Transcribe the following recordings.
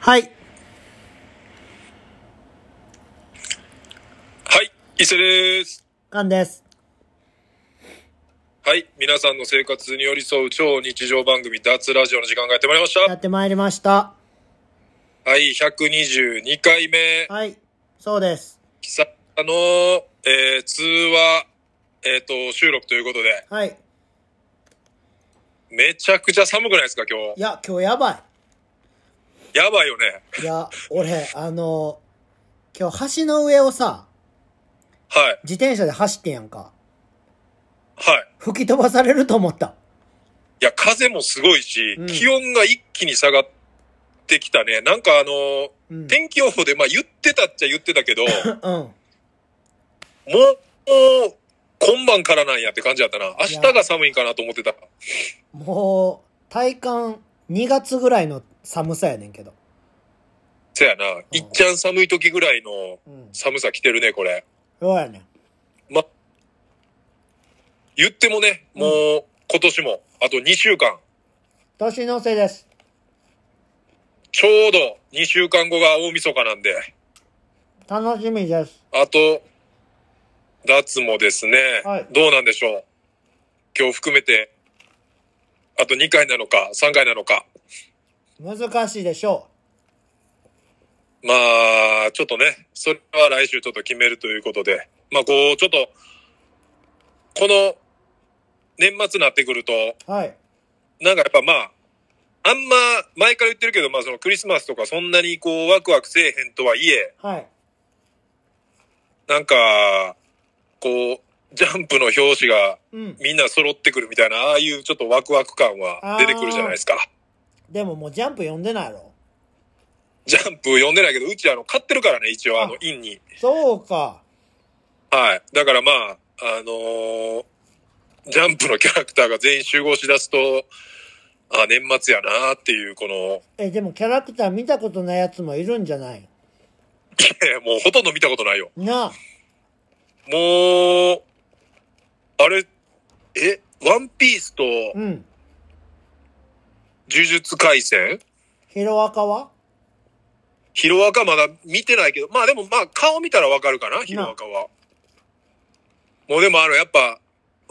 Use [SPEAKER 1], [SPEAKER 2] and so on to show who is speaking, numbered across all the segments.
[SPEAKER 1] はい。
[SPEAKER 2] はい、伊勢です。
[SPEAKER 1] ガンです。
[SPEAKER 2] はい、皆さんの生活に寄り添う超日常番組、脱ラジオの時間がやってまいりまし
[SPEAKER 1] や
[SPEAKER 2] た。
[SPEAKER 1] ってまいりました。
[SPEAKER 2] はい、122回目、
[SPEAKER 1] はい。そうです。
[SPEAKER 2] 久々の、えー通話、えっ、と、収録ということで、
[SPEAKER 1] はい。
[SPEAKER 2] めちゃくちゃ寒くないですか、今
[SPEAKER 1] いや、今日やば
[SPEAKER 2] 日。やばいよね。
[SPEAKER 1] い。いや、俺、あの、今日橋の上をさ、
[SPEAKER 2] はい、
[SPEAKER 1] 自転車で走ってんやんか。
[SPEAKER 2] はい。
[SPEAKER 1] 吹き飛ばされると思った。
[SPEAKER 2] いや、風もすごいし、
[SPEAKER 1] うん
[SPEAKER 2] 気温が一気に下がってきたね。なんかあのー
[SPEAKER 1] うん。
[SPEAKER 2] 天気予報で、まあ言ってたっちゃ言ってた けど、も
[SPEAKER 1] うん。
[SPEAKER 2] う、もう今晩からなんやって感じだったな。明日が寒いんかなと思ってた。
[SPEAKER 1] もう、体感2月ぐらいの寒さやねんけど。
[SPEAKER 2] せやな。いっちゃん寒い時ぐらいの
[SPEAKER 1] うん。
[SPEAKER 2] 寒さ来てるね、これ。
[SPEAKER 1] そうやねん。
[SPEAKER 2] ま、言ってもね、もうう今年もあと2週間、
[SPEAKER 1] 年のせいです。
[SPEAKER 2] ちょうど2週間後が大晦日なんで、
[SPEAKER 1] 楽しみです。
[SPEAKER 2] あと、脱もですね、
[SPEAKER 1] はい
[SPEAKER 2] どうなんでしょう。今日含めて、あと2回なのか、3回なのか。
[SPEAKER 1] 難しいでしょ
[SPEAKER 2] まあ、ちょっとね、それは来週ちょっと決めるということで、まあこう、ちょっと、この、年末になってくると、
[SPEAKER 1] う。はい。
[SPEAKER 2] なんかやっぱまあ、あんま、前から言ってるけど、まあそのクリスマスとかそんなにこう、ワクワクせえへんとはいえ、
[SPEAKER 1] はい。
[SPEAKER 2] なんか、こう、ジャンプの表紙が
[SPEAKER 1] うん。
[SPEAKER 2] みんな揃ってくるみたいな、ああいうちょっとワクワク感は出てくるじゃないですか。
[SPEAKER 1] でももうジャンプ読んでないやろ。
[SPEAKER 2] ジャンプ読んでないけど、うちあの、買ってるからね、一応あの
[SPEAKER 1] あ、
[SPEAKER 2] インに。
[SPEAKER 1] そうか。
[SPEAKER 2] はい。だからまあ、あのージャンプのキャラクターが全員集合しだすと、あ、年末やなっていう、この、
[SPEAKER 1] え、でもキャラクター見たことないやつもいるんじゃない
[SPEAKER 2] いやもうほとんど見たことないよ。
[SPEAKER 1] なあ。
[SPEAKER 2] もう、あれ、え、ワンピースと呪
[SPEAKER 1] うん。
[SPEAKER 2] 術廻戦
[SPEAKER 1] ヒロアカは
[SPEAKER 2] ヒロアカまだ見てないけど、まあでもまあ顔見たらわかるかな、ヒロアカは。もうでもあの、やっぱ、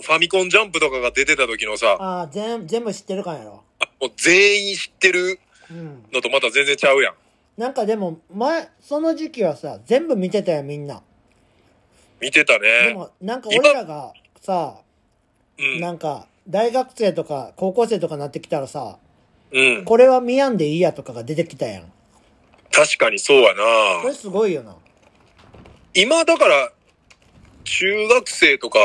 [SPEAKER 2] ファミコンジャンプとかが出てた時のさ、
[SPEAKER 1] ああ、全、全部知ってるかんやろ。
[SPEAKER 2] もう全員知ってる
[SPEAKER 1] うん。
[SPEAKER 2] のとまた全然ちゃうやん。
[SPEAKER 1] なんかでも、前、その時期はさ、全部見てたよ、みんな。
[SPEAKER 2] 見てた
[SPEAKER 1] で
[SPEAKER 2] ね。
[SPEAKER 1] も、なんか俺らがさ、
[SPEAKER 2] うん。
[SPEAKER 1] なんか、大学生とか高校生とかなってきたらさ、
[SPEAKER 2] うん。
[SPEAKER 1] これは見やんでいいやとかが出てきたやん。
[SPEAKER 2] 確かにそうや
[SPEAKER 1] こ
[SPEAKER 2] な
[SPEAKER 1] れすごいよな。
[SPEAKER 2] 今だから、中学生とか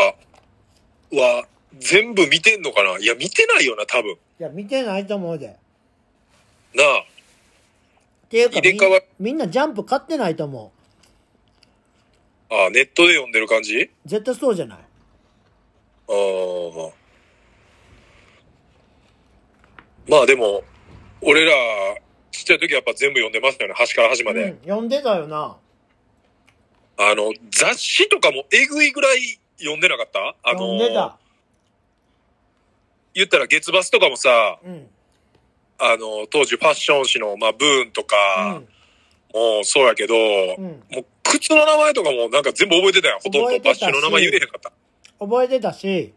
[SPEAKER 2] は全部見てんのかないや、見てないよな、多分。
[SPEAKER 1] いや、見てないと思うで。っ
[SPEAKER 2] なあ。
[SPEAKER 1] ていうか、
[SPEAKER 2] 入れ替わ
[SPEAKER 1] みんみんなジャンプ買ってないと思
[SPEAKER 2] ああ、ネットで読んでる感じ
[SPEAKER 1] う。絶対そうじゃない。
[SPEAKER 2] ああ。まあでも、俺ら、ちっちゃい時はやっぱ全部読んでましたよね、端から端まで。
[SPEAKER 1] うん、読んでたよな。
[SPEAKER 2] あの、雑誌とかもえぐいぐらい読んでなかったあ
[SPEAKER 1] 読んで
[SPEAKER 2] の
[SPEAKER 1] た、。
[SPEAKER 2] 言ったら月バスとかもさ、
[SPEAKER 1] うん。
[SPEAKER 2] あの、当時ファッション誌の、まあ、ブーンとか、もうそうやけど、
[SPEAKER 1] うん。うん。
[SPEAKER 2] もう靴の名前とかもなんか全部覚えてたよ。ほと
[SPEAKER 1] 覚
[SPEAKER 2] んど
[SPEAKER 1] えて
[SPEAKER 2] バ
[SPEAKER 1] た
[SPEAKER 2] ッ
[SPEAKER 1] し
[SPEAKER 2] シュの名前言えへんかった。
[SPEAKER 1] 覚えてたし、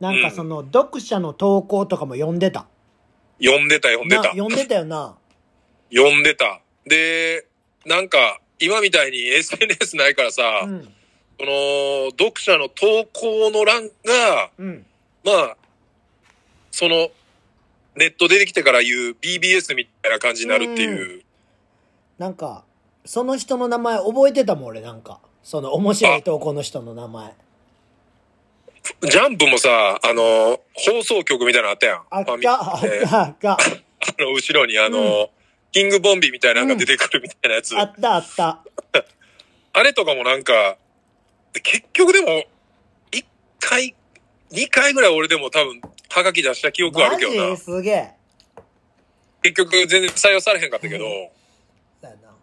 [SPEAKER 1] なんかその、読者の投稿とかも読んでた。
[SPEAKER 2] 読んでた、読んで
[SPEAKER 1] な
[SPEAKER 2] た。
[SPEAKER 1] 読んでたよな。
[SPEAKER 2] 読んでた。で、なんか、今みたいに SNS ないからさ、
[SPEAKER 1] うん。
[SPEAKER 2] この、読者の投稿の欄が、
[SPEAKER 1] うん。
[SPEAKER 2] まあ、その、ネット出てきてから言う BBS みたいな感じになるっていう。
[SPEAKER 1] なんか、その人の名前覚えてたもん、俺なんか。その面白い投稿の人の名前。
[SPEAKER 2] ジャンプもさ、あの、放送局みたいなのあったやん。
[SPEAKER 1] あっ
[SPEAKER 2] ファミ
[SPEAKER 1] た、あっ
[SPEAKER 2] で
[SPEAKER 1] た、あ った。
[SPEAKER 2] あの、後ろにあの、
[SPEAKER 1] うん
[SPEAKER 2] キングボンビーみたいなのが出てくるみたいなやつ。
[SPEAKER 1] あった、あった。
[SPEAKER 2] あれとかもなんか、結局でも、一回、二回ぐらい俺でも多分、はがき出した記憶はあ
[SPEAKER 1] マ
[SPEAKER 2] るけどな
[SPEAKER 1] ジ。すげえ。
[SPEAKER 2] 結局全然採用されへんかったけど、
[SPEAKER 1] だよな。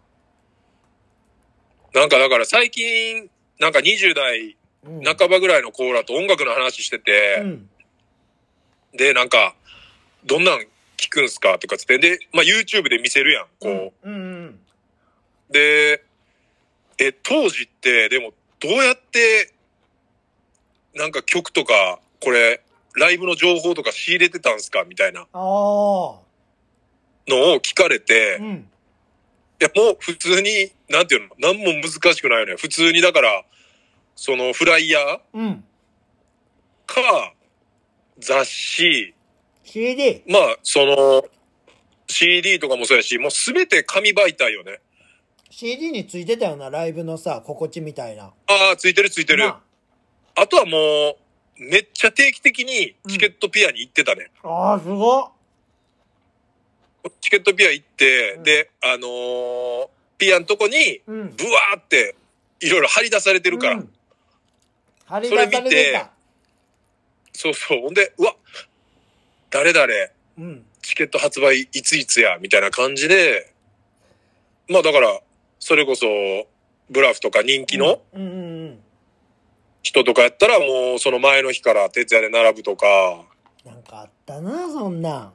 [SPEAKER 2] なんかだから最近、なんか20代
[SPEAKER 1] うん。
[SPEAKER 2] 半ばぐらいの子らと音楽の話し
[SPEAKER 1] う
[SPEAKER 2] てて、
[SPEAKER 1] ん。
[SPEAKER 2] で、なんか、どんなん聞くんすかとかつって。で、まあ YouTube で見せるやん、こう。
[SPEAKER 1] うんうん
[SPEAKER 2] で、え、当時って、でも、どうやって、なんか曲とか、これ、ライブの情報とか仕入れてたんすかみたいな
[SPEAKER 1] ああ
[SPEAKER 2] のを聞かれて、
[SPEAKER 1] う
[SPEAKER 2] い
[SPEAKER 1] ん
[SPEAKER 2] や、もう普通に、なんていうの、なんも難しくないよね。普通に、だから、その、フライヤー
[SPEAKER 1] うん
[SPEAKER 2] か、雑誌、
[SPEAKER 1] CD
[SPEAKER 2] まあ、その、CD とかもそうやし、もうすべて紙媒体よね。
[SPEAKER 1] CD についてたよなライブのさ心地みたいな
[SPEAKER 2] ああ、ついてるついてる。
[SPEAKER 1] な
[SPEAKER 2] あとはもう、めっちゃ定期的にチケットピアに行ってたね。
[SPEAKER 1] ああーすごっ
[SPEAKER 2] チケットピア行って、
[SPEAKER 1] うん
[SPEAKER 2] で、あのーピアのとこに、
[SPEAKER 1] うん
[SPEAKER 2] ブワーって、いろいろ張り出されてるから。
[SPEAKER 1] うん、張り出され
[SPEAKER 2] それ
[SPEAKER 1] て
[SPEAKER 2] 見て
[SPEAKER 1] た
[SPEAKER 2] そうそう。ほんで、うわ、誰々、
[SPEAKER 1] うん
[SPEAKER 2] チケット発売いついつや、みたいな感じで、まあだから、それこそ、ブラフとか人気の
[SPEAKER 1] うんうんうん
[SPEAKER 2] 人とかやったら、もうその前の日から徹夜で並ぶとか、
[SPEAKER 1] なんかあったなそんなん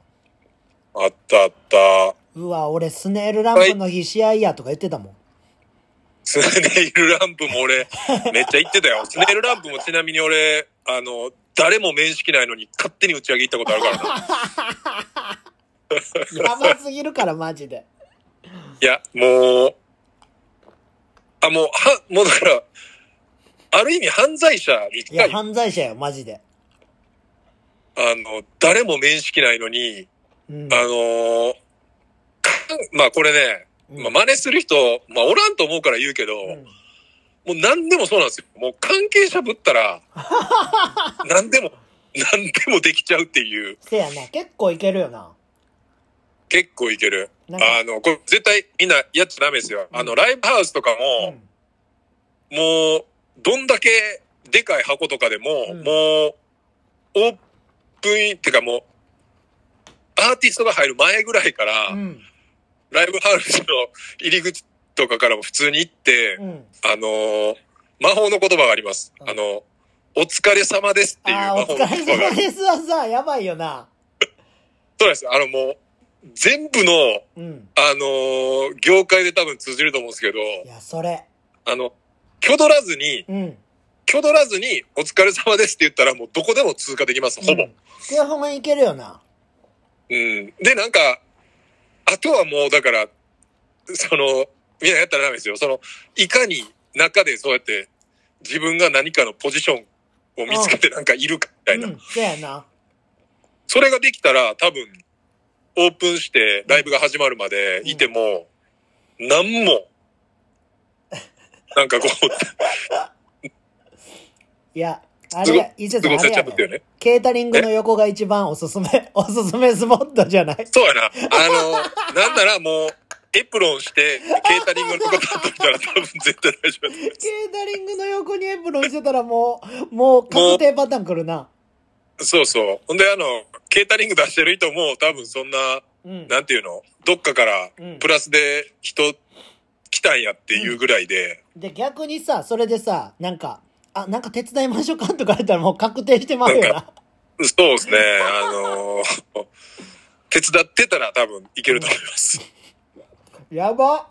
[SPEAKER 2] あったあった。
[SPEAKER 1] うわ俺スネールランプの日試合やとか言ってたもん
[SPEAKER 2] スネイルランプも俺、めっちゃ行って たよ。スネイルランプもちなみに俺、あの、誰も面識ないのに勝手に打ち上げ行ったことあ るからな。
[SPEAKER 1] やばすぎるからマジで
[SPEAKER 2] いや、もう、あ、もう、は、もうだから、ある意味犯罪者に
[SPEAKER 1] い
[SPEAKER 2] 近
[SPEAKER 1] や
[SPEAKER 2] い。あ
[SPEAKER 1] 犯罪者よマジで
[SPEAKER 2] の、誰も面識ないのに、
[SPEAKER 1] うん
[SPEAKER 2] あのー、かまあこれね、
[SPEAKER 1] うん
[SPEAKER 2] まあ、真似する人、まあおらんと思うから言うけど、
[SPEAKER 1] うん
[SPEAKER 2] もう何でもそうなんですよ。もう関係者ぶっ たら、何でも、何でもできちゃうっていう。
[SPEAKER 1] せやな結構いけるよな
[SPEAKER 2] 結構いける。
[SPEAKER 1] なんか
[SPEAKER 2] あの、これ絶対みんなやっちゃダメですよ。
[SPEAKER 1] うん
[SPEAKER 2] あの、ライブハウスとか
[SPEAKER 1] う
[SPEAKER 2] も、
[SPEAKER 1] ん
[SPEAKER 2] もう、どんだけでかい箱とかでも、
[SPEAKER 1] うん
[SPEAKER 2] もう、オープンイン、ってかもう、アーティストが入る前ぐらいから、
[SPEAKER 1] うん
[SPEAKER 2] ライブハウスの入り口とかからも普通に行って、
[SPEAKER 1] うん
[SPEAKER 2] あのー魔法の言葉があります。
[SPEAKER 1] うん
[SPEAKER 2] あの、お疲れ様ですっていう
[SPEAKER 1] ああー
[SPEAKER 2] 魔
[SPEAKER 1] お
[SPEAKER 2] 法の
[SPEAKER 1] 疲
[SPEAKER 2] 言
[SPEAKER 1] れ
[SPEAKER 2] 葉が
[SPEAKER 1] 様
[SPEAKER 2] ある。
[SPEAKER 1] ですはさやばいよな
[SPEAKER 2] そうなんです。あのもう、全部の、
[SPEAKER 1] うん
[SPEAKER 2] あのー業界で多分通じると思うんですけど、
[SPEAKER 1] いやそれ
[SPEAKER 2] あの、挙取らずに、
[SPEAKER 1] うん
[SPEAKER 2] 挙取らずに、お疲れ様ですって言ったら、もうどこでも通過できます、ほぼ。う。
[SPEAKER 1] うんん、基本いけるよなん
[SPEAKER 2] で、なんか、あとはもう、だから、その、みんなやったらダメですよ。その、いかに中でそうやって、自分が何かのポジションを見つけてなんかいるか、みたいな。
[SPEAKER 1] うんせやな
[SPEAKER 2] それができたら、多分、オープンして、ライブが始まるまでいても、なんも、なんかこう、
[SPEAKER 1] いやあ
[SPEAKER 2] すご
[SPEAKER 1] れ伊勢さ
[SPEAKER 2] 過
[SPEAKER 1] ん
[SPEAKER 2] ご
[SPEAKER 1] あ
[SPEAKER 2] せ
[SPEAKER 1] れ
[SPEAKER 2] ちゃ
[SPEAKER 1] や
[SPEAKER 2] った よ
[SPEAKER 1] で
[SPEAKER 2] ね。
[SPEAKER 1] ケータリングの横が一番おすすめ おすすめスポットじ ゃない
[SPEAKER 2] そうやな。あの、なんならもう、エプロンして、ケータリングのとこ立っといたら多分絶対大丈夫だと思い
[SPEAKER 1] ケ
[SPEAKER 2] ま
[SPEAKER 1] ータリングの横にエプロンしてたらもう、もう確定パターン来るな。
[SPEAKER 2] す。そうそう。ほんで、あの、ケータリング出してる人も多分そんな、
[SPEAKER 1] うん。
[SPEAKER 2] なんていうの、どっかから
[SPEAKER 1] うん
[SPEAKER 2] プラスで人来たんやっていうぐらいで、
[SPEAKER 1] で、逆にさ、それでさ、なんか、あ、なんか手伝いましょうかとか言ったらもう確定してまうよ
[SPEAKER 2] な
[SPEAKER 1] な。
[SPEAKER 2] そうですね、あの、手伝ってたら多分いけると思います。
[SPEAKER 1] やば。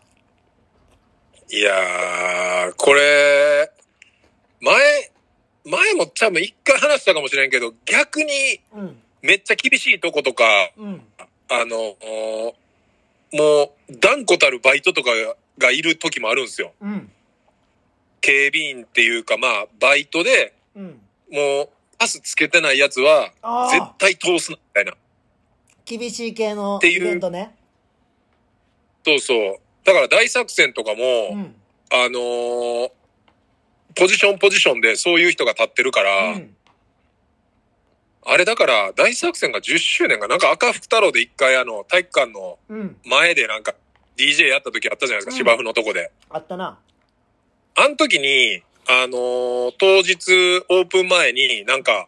[SPEAKER 2] いやー、これ、前、前も多分一回話したかもしれんけど、逆に
[SPEAKER 1] うん。
[SPEAKER 2] めっちゃ厳しいとことか、
[SPEAKER 1] うん。
[SPEAKER 2] あの、おもう、断固たるバイトとかががいる時もあるんですよ。
[SPEAKER 1] うん。
[SPEAKER 2] 警備員っていうか、まあ、バイトで、
[SPEAKER 1] うん。
[SPEAKER 2] もう、パスつけてないやつは
[SPEAKER 1] あ、ー
[SPEAKER 2] 絶対通すな、みたいな。
[SPEAKER 1] 厳しい系の
[SPEAKER 2] てい
[SPEAKER 1] イ
[SPEAKER 2] う
[SPEAKER 1] ベントね。
[SPEAKER 2] そうそう。だから大作戦とかも、
[SPEAKER 1] うん。
[SPEAKER 2] あのーポジションポジションでそういう人が立ってるから、
[SPEAKER 1] うん。
[SPEAKER 2] あれだから、大作戦が10周年が、なんか赤福太郎で一回あの、体育館の
[SPEAKER 1] うん。
[SPEAKER 2] 前でなんか、DJ やった時あったじゃないですか、
[SPEAKER 1] うん
[SPEAKER 2] 芝生のとこで。
[SPEAKER 1] あったな。
[SPEAKER 2] あの時に、あのー当日オープン前になんか、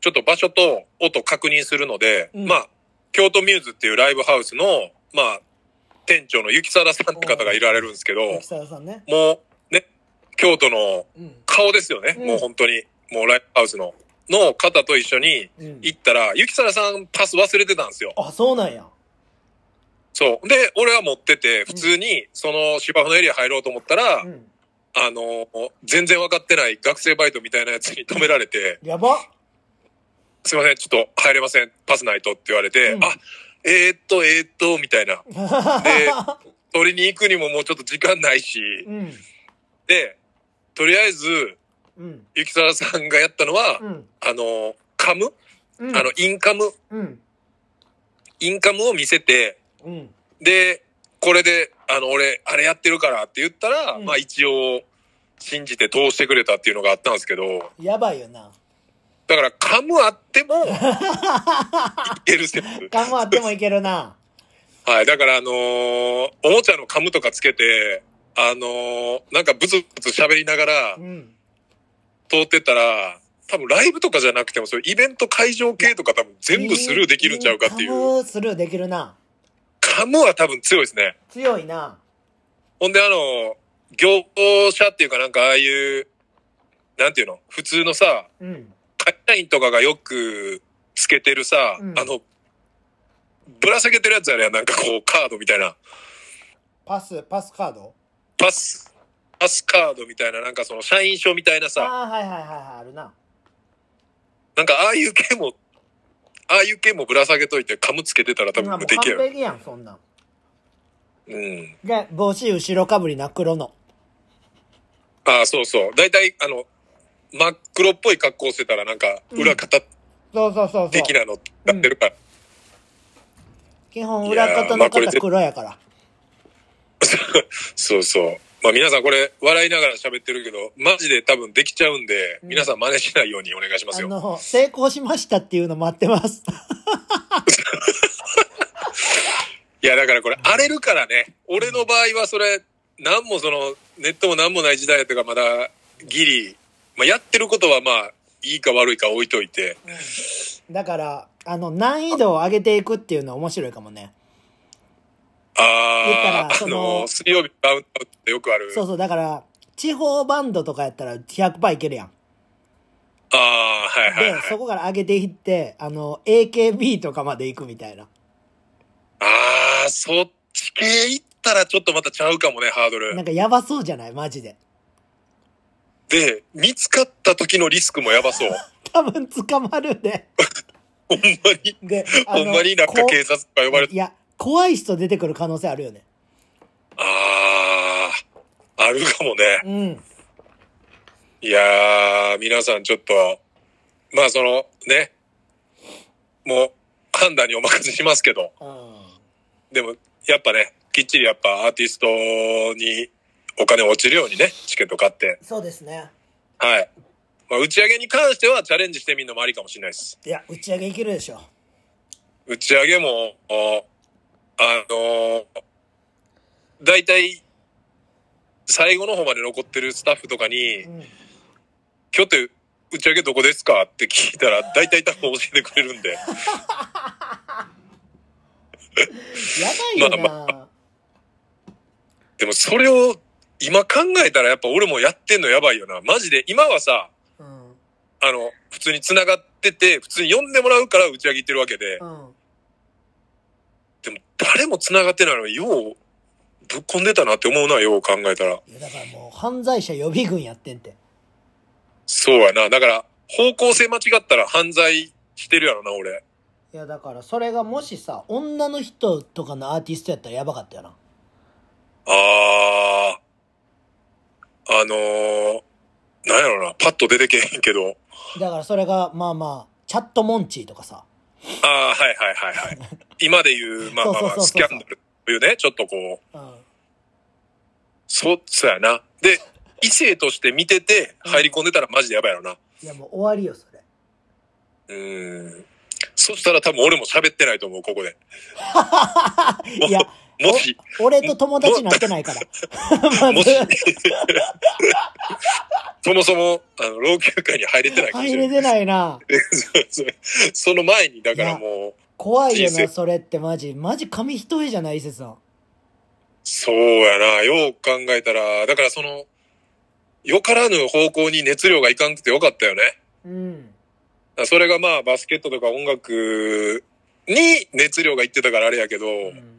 [SPEAKER 2] ちょっと場所と音確認するので、
[SPEAKER 1] うん
[SPEAKER 2] まあ、京都ミューズっていうライブハウスの、まあ、店長の雪貞さんって方がいられるんですけど、
[SPEAKER 1] エキサラさんね。
[SPEAKER 2] もうね、京都の
[SPEAKER 1] うん。
[SPEAKER 2] 顔ですよね、
[SPEAKER 1] うん
[SPEAKER 2] もう本当に。もうライブハウスの。の方と一緒に
[SPEAKER 1] うん。
[SPEAKER 2] 行ったら、ゆきさらさんパス忘れてたんですよ。
[SPEAKER 1] あ、そうなんや。
[SPEAKER 2] そう。で、俺は持ってて、普通にその芝生のエリア入ろうと思ったら、
[SPEAKER 1] うん。
[SPEAKER 2] あの、全然分かってない学生バイトみたいなやつに止められて、
[SPEAKER 1] やば。
[SPEAKER 2] すいません、ちょっと入れません、パスないとって言われて、
[SPEAKER 1] うん
[SPEAKER 2] あ、えー、っと、えー、っと、みたいな。取りに行くにももうちょっと時間ないし、
[SPEAKER 1] うん。
[SPEAKER 2] で、とりあえず、
[SPEAKER 1] うん。
[SPEAKER 2] ゆきさらさんがやったのは、
[SPEAKER 1] うん。
[SPEAKER 2] あの、カム、
[SPEAKER 1] うん。
[SPEAKER 2] あの、インカム、
[SPEAKER 1] うん。
[SPEAKER 2] インカムを見せて、
[SPEAKER 1] うん。
[SPEAKER 2] で、これで、あの、俺、あれやってるからって言ったら、
[SPEAKER 1] うん
[SPEAKER 2] まあ一応、信じて通してくれたっていうのがあったんですけど、
[SPEAKER 1] やばいよな。
[SPEAKER 2] だから、カムあっても、いけるセップ。
[SPEAKER 1] 勘はあってもいけるな。
[SPEAKER 2] はい。だから、あのーおもちゃのカムとかつけて、あのーなんかブツブツ喋りながら
[SPEAKER 1] うん。
[SPEAKER 2] 通ってったら、多分ライブとかじゃなくても、そういうイベント会場系とか多分全部スルーできるんちゃうかってい
[SPEAKER 1] カ
[SPEAKER 2] う。
[SPEAKER 1] ムスルーできるな。
[SPEAKER 2] カムは多分強いですね。
[SPEAKER 1] 強いな。
[SPEAKER 2] ほんで、あの、業者っていうかなんかああいう、なんていうの普通のさ、
[SPEAKER 1] うん。
[SPEAKER 2] 会社員とかがよくつけてるさ、
[SPEAKER 1] うん
[SPEAKER 2] あの、ぶら下げてるやつあるやん。なんかこう、カードみたいな。
[SPEAKER 1] パス、パスカード
[SPEAKER 2] パス、パスカードみたいな、なんかその社員証みたいな
[SPEAKER 1] あ
[SPEAKER 2] さ、
[SPEAKER 1] あー、はいはいはいはい、あるな。
[SPEAKER 2] なんかああいう系も、ああいう系もぶら下げといて、カムつけてたら多
[SPEAKER 1] うんもう
[SPEAKER 2] 分無敵や
[SPEAKER 1] 完
[SPEAKER 2] よ。
[SPEAKER 1] 璧やん、そんなん。
[SPEAKER 2] うん。
[SPEAKER 1] で、帽子後ろかぶりな黒の。
[SPEAKER 2] ああ、そうそう。だいたい、あの、真っ黒っぽい格好してたら、なんか、裏方
[SPEAKER 1] そうそうそうそう
[SPEAKER 2] 的。なのやってるから。
[SPEAKER 1] 基本裏方
[SPEAKER 2] いやーまあ
[SPEAKER 1] の
[SPEAKER 2] これ
[SPEAKER 1] 方黒やから。
[SPEAKER 2] そうそう。まあ皆さんこれ笑いながら喋ってるけど、マジで多分できちゃうんで、
[SPEAKER 1] うん
[SPEAKER 2] 皆さん真似しないようにお願いします
[SPEAKER 1] あ
[SPEAKER 2] よ。
[SPEAKER 1] の、成功しましたっていうの待ってます。
[SPEAKER 2] いやだからこれ荒れるからね。俺の場合はそれ、なんもその、ネットもなんもない時代やったからまだギリ、まあやってることはまあ、いいか悪いか置いといて。
[SPEAKER 1] だから、あの、難易度を上げていくっていうのは面白いかもね。言った
[SPEAKER 2] あ
[SPEAKER 1] ら
[SPEAKER 2] あ、あ
[SPEAKER 1] その
[SPEAKER 2] の、水曜日のダウンタウンってよくある。
[SPEAKER 1] そうそう、だから、地方バンドとかやったら100%いけるやん。
[SPEAKER 2] ああ、はいはいは
[SPEAKER 1] で
[SPEAKER 2] い、。
[SPEAKER 1] そこから上げていって、あの、AKB とかまで行くみたいな。
[SPEAKER 2] ああ、そっち系行ったらちょっとまたちゃうかもね、ハードル。
[SPEAKER 1] なんかやばそうじゃないマジで。
[SPEAKER 2] で、見つかった時のリスクもやば そう。
[SPEAKER 1] 多分捕まるで。
[SPEAKER 2] ほんまに。
[SPEAKER 1] で、
[SPEAKER 2] ほんまになんか警察とか呼ばれ
[SPEAKER 1] こ
[SPEAKER 2] て。
[SPEAKER 1] いや、怖い人出てくる可能性あるよね。
[SPEAKER 2] ああ、あるかもね。
[SPEAKER 1] うん。
[SPEAKER 2] いやー、皆さんちょっと、まあそのね、もう判断にお任せしますけど、
[SPEAKER 1] うん。
[SPEAKER 2] でもやっぱね、きっちりやっぱアーティストにお金落ちるようにね、チケット買って。
[SPEAKER 1] そうですね。
[SPEAKER 2] はい。まあ打ち上げに関してはチャレンジしてみるのもありかもしれないです。
[SPEAKER 1] いや、打ち上げいけるでしょ。
[SPEAKER 2] 打ち上げも、おあのー、大体、最後の方まで残ってるスタッフとかに
[SPEAKER 1] う、ん。
[SPEAKER 2] 今日って打ち上げどこですかって聞いたら、大体多分教えてくれるんで、
[SPEAKER 1] やばいよな、
[SPEAKER 2] でもそれを今考えたらやっぱ俺もやってんのやばいよな。マジで、今はさ、あの、普通に繋がってて、普通に呼んでもらうから打ち上げ行ってるわけで
[SPEAKER 1] う、ん。うん。
[SPEAKER 2] でも誰も繋がってないのに、よう、ぶっこんでたなって思うな、よう考えたら。
[SPEAKER 1] いや、だからもう犯罪者予備軍やってんて。
[SPEAKER 2] そうやな。だから、方向性間違ったら犯罪してるやろな、俺。
[SPEAKER 1] いや、だからそれがもしさ、女の人とかのアーティストやったらやばかったよな。
[SPEAKER 2] あー。あのー、なんやろな。パッと出てけへんけど。
[SPEAKER 1] だからそれが、まあまあ、チャットモンチーとかさ。
[SPEAKER 2] あー、はいはいはいはい。今で言う、まあまあま
[SPEAKER 1] そ
[SPEAKER 2] あ、
[SPEAKER 1] う
[SPEAKER 2] ス
[SPEAKER 1] そう
[SPEAKER 2] キ
[SPEAKER 1] そうそう
[SPEAKER 2] ャンダルというね、ちょっとこう、
[SPEAKER 1] うん。
[SPEAKER 2] そ、そうやな。で、異性として見てて入り込んでたらマジでやばいやろな。
[SPEAKER 1] いや、もう終わりよ、それ。
[SPEAKER 2] うーん。そしたら多分俺も喋ってないと思う、ここで。
[SPEAKER 1] いや、
[SPEAKER 2] もし、
[SPEAKER 1] お俺と友達になってないから。ま
[SPEAKER 2] もし
[SPEAKER 1] ず、
[SPEAKER 2] そもそも、あの、老朽化に入れてないかも し
[SPEAKER 1] 入
[SPEAKER 2] れな
[SPEAKER 1] れ
[SPEAKER 2] い。
[SPEAKER 1] てないな。
[SPEAKER 2] そうそう その前に、だからもう、
[SPEAKER 1] 怖いよ
[SPEAKER 2] 人生
[SPEAKER 1] な、それってマジ。マジ紙一重じゃない、伊勢さん。
[SPEAKER 2] そうやな、よう考えたら、だからその、よからぬ方向に熱量がいかんくてよかったよね。
[SPEAKER 1] うん。
[SPEAKER 2] らそれがまあバスケットとか音楽に熱量がいってたからあれやけど、
[SPEAKER 1] うん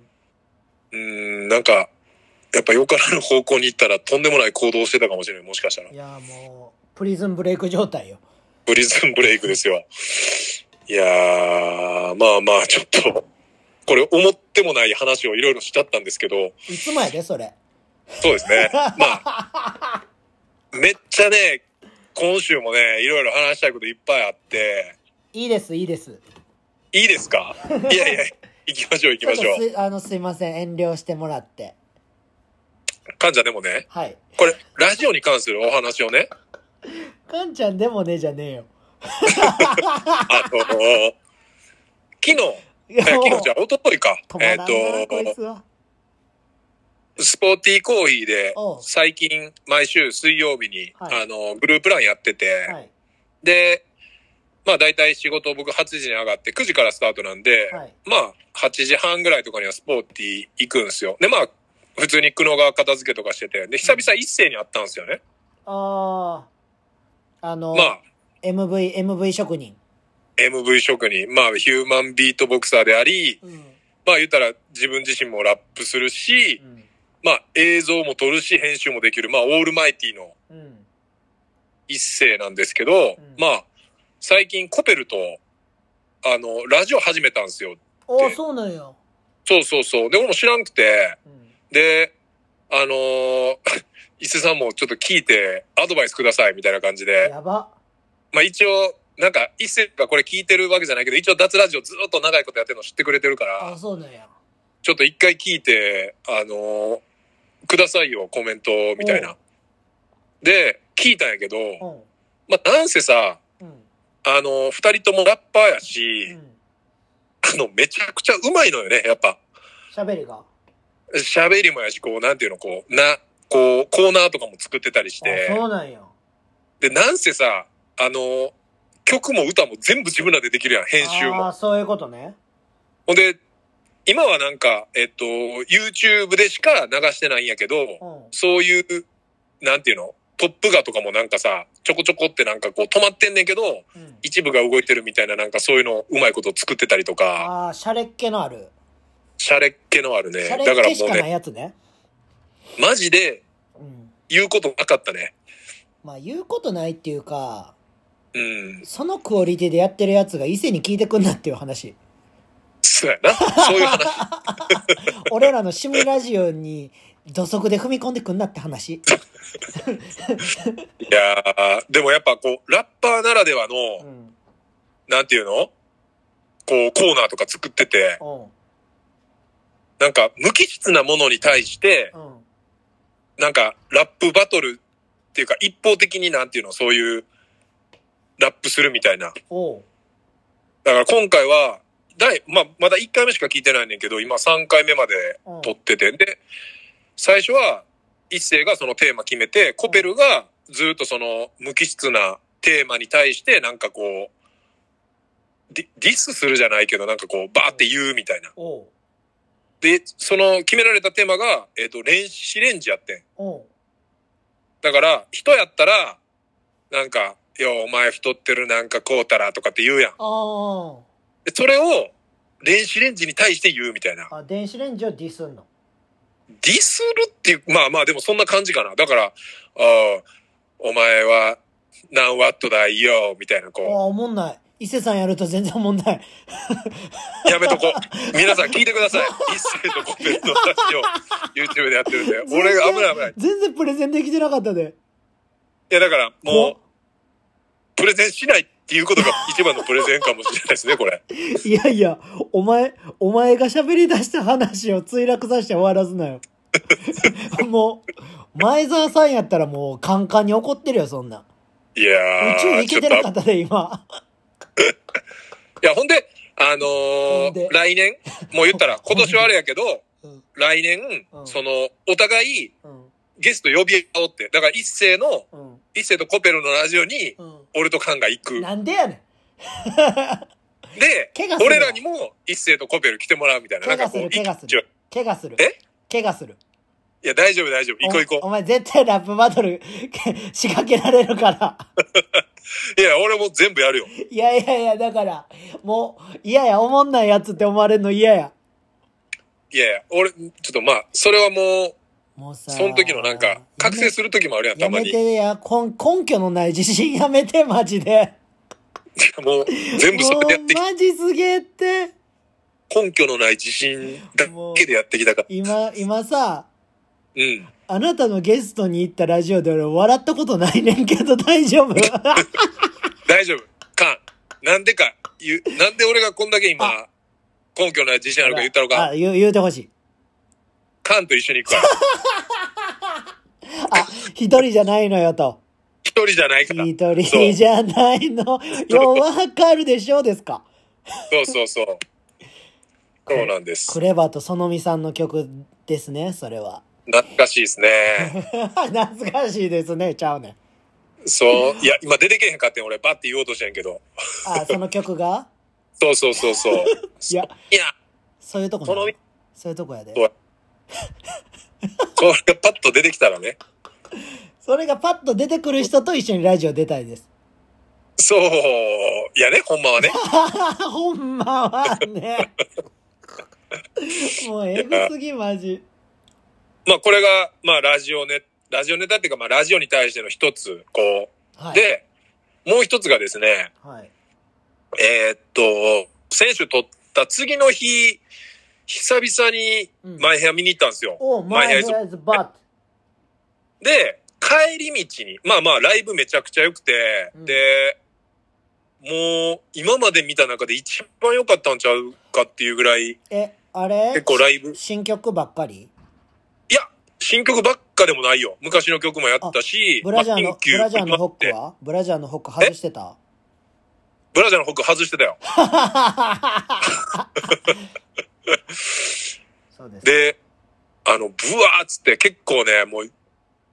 [SPEAKER 2] うん、なんか、やっぱよからぬ方向に行ったらとんでもない行動をしてたかもしれない、もしかしたら
[SPEAKER 1] い。やもうプリズンブレイク状態よ
[SPEAKER 2] プリズンブレイクですよ。いやー、まあまあ、ちょっと、これ思ってもない話をいろいろしちゃったんですけど、
[SPEAKER 1] いつもやでそれ
[SPEAKER 2] そうですね。まあ、めっちゃね、今週もね、いろいろ話したいこといっぱいあって、
[SPEAKER 1] いいですいいです
[SPEAKER 2] いいですかいやいや、行きましょう行き
[SPEAKER 1] ちょ
[SPEAKER 2] ま
[SPEAKER 1] っと
[SPEAKER 2] しょう。
[SPEAKER 1] すあのすいません遠慮してもらって
[SPEAKER 2] かんちゃんでもね、
[SPEAKER 1] はい
[SPEAKER 2] これ、ラジオに関するお話をね、
[SPEAKER 1] かんちゃんでもねじゃねえよ
[SPEAKER 2] あのー 昨日、
[SPEAKER 1] い
[SPEAKER 2] え
[SPEAKER 1] やもう
[SPEAKER 2] 昨日じゃあ、おとといか。
[SPEAKER 1] 止ま
[SPEAKER 2] え
[SPEAKER 1] ら
[SPEAKER 2] っ、
[SPEAKER 1] んな、こい
[SPEAKER 2] と
[SPEAKER 1] つ、は
[SPEAKER 2] スポーティーコーヒーで
[SPEAKER 1] おう、
[SPEAKER 2] 最近、毎週水曜日に、
[SPEAKER 1] はい
[SPEAKER 2] あの、グループランやってて、
[SPEAKER 1] はい
[SPEAKER 2] で、まあ、大体仕事、僕8時に上がって、9時からスタートなんで、
[SPEAKER 1] はい
[SPEAKER 2] まあ、8時半ぐらいとかにはスポーティー行くんですよ。で、まあ、普通に久野川片付けとかしてて、で、久々一斉に会ったんですよね。
[SPEAKER 1] あああの、
[SPEAKER 2] まあ、
[SPEAKER 1] MV MV 職人
[SPEAKER 2] MV 職人、まあ、ヒューマンビートボクサーであり、
[SPEAKER 1] うん、
[SPEAKER 2] まあ、言ったら自分自身もラップするし
[SPEAKER 1] う、ん
[SPEAKER 2] まあ、映像も撮るし、編集もできる、まあ、オールマイティの
[SPEAKER 1] うん、
[SPEAKER 2] 一世なんですけど、まあ、最近コペルと、あの、ラジオ始めたんですよ。
[SPEAKER 1] おおそうなんや、
[SPEAKER 2] そうそうそう。で、俺も知らんくて、
[SPEAKER 1] うん、
[SPEAKER 2] で、あの ー伊勢さんもちょっと聞いて、アドバイスください、みたいな感じで。
[SPEAKER 1] やば
[SPEAKER 2] まあ一応、なんか、伊勢がこれ聞いてるわけじゃないけど、一応脱ラジオずっと長いことやってるの知ってくれてるか
[SPEAKER 1] あ
[SPEAKER 2] ら、
[SPEAKER 1] そうなんや
[SPEAKER 2] ちょっと一回聞いて、あのーくださいよ、コメント、みたいな。で、聞いたんやけど、
[SPEAKER 1] うん
[SPEAKER 2] まあなんせさ、
[SPEAKER 1] うん
[SPEAKER 2] あの、二人ともラッパーや
[SPEAKER 1] う
[SPEAKER 2] し、
[SPEAKER 1] ん
[SPEAKER 2] あの、めちゃくちゃうまいのよね、やっぱ。
[SPEAKER 1] 喋りが
[SPEAKER 2] 喋りもやし、こう、なんていうの、こう、な、こう、コーナーとかも作ってたりし
[SPEAKER 1] あ
[SPEAKER 2] て。
[SPEAKER 1] そうなんや
[SPEAKER 2] で、なんせさ、あの、曲も歌も全部自分らでできるやん、編集
[SPEAKER 1] あ
[SPEAKER 2] も。
[SPEAKER 1] あそういうことね
[SPEAKER 2] ほんで、今はなんか、えっと、YouTube でしか流してないんやけ
[SPEAKER 1] う
[SPEAKER 2] ど、
[SPEAKER 1] ん
[SPEAKER 2] そういう、なんていうの、トップガとかもなんかさ、ちょこちょこってなんかこう止まってんねんけど、
[SPEAKER 1] うん
[SPEAKER 2] 一部が動いてるみたいななんかそういうのうまいこと作ってたりとか。
[SPEAKER 1] ああシャレっ気のある
[SPEAKER 2] シャレっ気のあるね。
[SPEAKER 1] シ
[SPEAKER 2] だ
[SPEAKER 1] ャレ
[SPEAKER 2] から
[SPEAKER 1] っ
[SPEAKER 2] も
[SPEAKER 1] 気し
[SPEAKER 2] う
[SPEAKER 1] かない
[SPEAKER 2] ね、
[SPEAKER 1] やつね
[SPEAKER 2] マジで
[SPEAKER 1] うん
[SPEAKER 2] 言うことなかったね。
[SPEAKER 1] まあ言うことないっていうか
[SPEAKER 2] うん。
[SPEAKER 1] そのクオリティでやってるやつが異性に聞いてくんなっていう話
[SPEAKER 2] そうやな。そういう 話。
[SPEAKER 1] 俺らの趣味ラジオに土足で踏み込んでくんなって話
[SPEAKER 2] いやー、でもやっぱこう、ラッパーならでは
[SPEAKER 1] う
[SPEAKER 2] の、
[SPEAKER 1] ん
[SPEAKER 2] なんていうのこう、コーナーとか作ってて、
[SPEAKER 1] うん
[SPEAKER 2] なんか無機質なものに対して、
[SPEAKER 1] うん
[SPEAKER 2] なんかラップバトルっていうか、一方的になんていうのそういう、ラップするみたいな。
[SPEAKER 1] おう
[SPEAKER 2] だから今回は、第、まあ、まだ1回目しか聞いてないねんけど、今3回目まで
[SPEAKER 1] うん
[SPEAKER 2] 撮ってて、で、最初は、一世がそのテーマ決めて、コペルがずっとその無機質なテーマに対して、なんかこう、ディディスするじゃないけど、なんかこう、バーって言うみたいな。
[SPEAKER 1] おう
[SPEAKER 2] で、その決められたテーマが、えっ、と、電子レンジやってん。
[SPEAKER 1] おう
[SPEAKER 2] だから、人やったら、なんか、よう、お前太ってるなんかこうたらとかって言うやん。
[SPEAKER 1] あ
[SPEAKER 2] でそれを、電子レンジに対して言うみたいな。
[SPEAKER 1] ああ電子レンジをディスんの
[SPEAKER 2] ディスるっていう、まあまあでもそんな感じかな。だから、ああお前は何ワットだいよ、みたいな、
[SPEAKER 1] ああ
[SPEAKER 2] こ、
[SPEAKER 1] おもんない伊勢さんやると全然おもんないう
[SPEAKER 2] やめとこう。皆さん聞いてくだ さい。一斉とコメントの話を YouTube でやってるんで。 俺が危ない危ない。い
[SPEAKER 1] 全然プレゼンできてなかったで
[SPEAKER 2] やだから
[SPEAKER 1] 怖っ
[SPEAKER 2] もう、プレゼンしないっていうことが一番のプレゼンかもしれないですね、これ。
[SPEAKER 1] いやいや、お前、お前が喋り出した話を墜落させて終わらすなよ。 もう、前澤さんやったらもうカンカンに怒ってるよ、そんな。
[SPEAKER 2] いや
[SPEAKER 1] 宇宙
[SPEAKER 2] ー、
[SPEAKER 1] 行けてなか
[SPEAKER 2] い
[SPEAKER 1] ったで、今。
[SPEAKER 2] や、ほんで、あの
[SPEAKER 1] ほんで
[SPEAKER 2] ー、来年、もう言っ たら今年はあれやけど、
[SPEAKER 1] うん、
[SPEAKER 2] 来年
[SPEAKER 1] う、ん
[SPEAKER 2] その、お互い
[SPEAKER 1] うん、
[SPEAKER 2] ゲスト呼び合おうって。だから一斉の、
[SPEAKER 1] うん、
[SPEAKER 2] 伊勢とコペルのラジオに、
[SPEAKER 1] う
[SPEAKER 2] 俺とカンが行く
[SPEAKER 1] ん。。なんでやねん。
[SPEAKER 2] で
[SPEAKER 1] 怪我、するわ
[SPEAKER 2] 俺らにも一斉とコペル来てもらうみたいな。なん
[SPEAKER 1] 怪
[SPEAKER 2] か
[SPEAKER 1] 我す
[SPEAKER 2] こう
[SPEAKER 1] る、、怪我す
[SPEAKER 2] 一応
[SPEAKER 1] る。怪我する。
[SPEAKER 2] え
[SPEAKER 1] 怪我する。
[SPEAKER 2] いや、大丈夫大丈夫。行こう行
[SPEAKER 1] お
[SPEAKER 2] こ
[SPEAKER 1] お前絶対ラップバトル 仕掛けられるから。
[SPEAKER 2] う。いや、俺もう全部やるよ。
[SPEAKER 1] いやいやいや、だから、もう、嫌や、おもんないやつって思われるの嫌や。
[SPEAKER 2] いやいや、俺、ちょっとまあ、それはもう、
[SPEAKER 1] もうさ。
[SPEAKER 2] その時のなんか、覚醒する時もあるやん、
[SPEAKER 1] や
[SPEAKER 2] たま
[SPEAKER 1] め
[SPEAKER 2] に。い
[SPEAKER 1] てや、根根拠のない自信やめて、マジで。
[SPEAKER 2] やもう、全部それでやって
[SPEAKER 1] もうマジすげえって。
[SPEAKER 2] き、根拠のない自信だけでやってきたから。
[SPEAKER 1] 今、今さ、
[SPEAKER 2] うん。
[SPEAKER 1] あなたのゲストに行ったラジオで俺笑ったことないねんけど大丈夫
[SPEAKER 2] 大丈夫。かん。なんでか、言う、なんで俺がこんだけ今、根拠のない自信あるか言ったの
[SPEAKER 1] あ、
[SPEAKER 2] か、
[SPEAKER 1] 言う、言うてほしい。
[SPEAKER 2] カンと一緒に 行くから。
[SPEAKER 1] あ、一人じゃないのよと。
[SPEAKER 2] 一人じゃないから。
[SPEAKER 1] 一人じゃないのよ、わかるでしょうですか。
[SPEAKER 2] そうそうそう。そうなんです
[SPEAKER 1] ク。レバとそのみさんの曲ですね、それは。
[SPEAKER 2] 懐かしいです ね。
[SPEAKER 1] 懐かしいですね、ちゃうねん。
[SPEAKER 2] そう。いや、今出てけへんかってん俺、バッて言おうとしてんけど。
[SPEAKER 1] あ、その曲が
[SPEAKER 2] そうそうそうそう。
[SPEAKER 1] いや、
[SPEAKER 2] いや、
[SPEAKER 1] そういうとこな
[SPEAKER 2] そのみ
[SPEAKER 1] そういうとこやで。
[SPEAKER 2] これがパッと出てきたらね。
[SPEAKER 1] それがパッと出てくる人と一緒にラジオ出たいです。
[SPEAKER 2] そう。いやね、ほんまはね。
[SPEAKER 1] あ、ほんまは ね。もうエグすぎ、マジ。
[SPEAKER 2] まあ、これが、まあ、ラジオネ、ラジオネタっていうか、まあ、ラジオに対しての一つ、こ
[SPEAKER 1] は
[SPEAKER 2] う。
[SPEAKER 1] い。
[SPEAKER 2] で、もう一つがですね、
[SPEAKER 1] はい。
[SPEAKER 2] えーっと、選手取った次の日、久々に
[SPEAKER 1] うん
[SPEAKER 2] マイヘア見に行ったんですよ。
[SPEAKER 1] お、
[SPEAKER 2] マ
[SPEAKER 1] my
[SPEAKER 2] イヘアイズ
[SPEAKER 1] hair is butt.
[SPEAKER 2] で、帰り道に、まあまあ、ライブめちゃくちゃ良くて、
[SPEAKER 1] うん
[SPEAKER 2] で、もう、今まで見た中で一番良かったんちゃうかっていうぐらい、
[SPEAKER 1] え、あれ
[SPEAKER 2] 結構ライブ、
[SPEAKER 1] 新曲ばっかり
[SPEAKER 2] いや、新曲ばっかでもないよ。昔の曲もやったし、
[SPEAKER 1] ブラジャー
[SPEAKER 2] ま
[SPEAKER 1] の
[SPEAKER 2] あ、
[SPEAKER 1] ブ
[SPEAKER 2] 新旧
[SPEAKER 1] ラジャーのホック
[SPEAKER 2] もあって
[SPEAKER 1] はブラジャーのホック外してた
[SPEAKER 2] ブラジャーのホック外してたよ。
[SPEAKER 1] そうです。
[SPEAKER 2] で、あの、ブワーっつって結構ね、もう、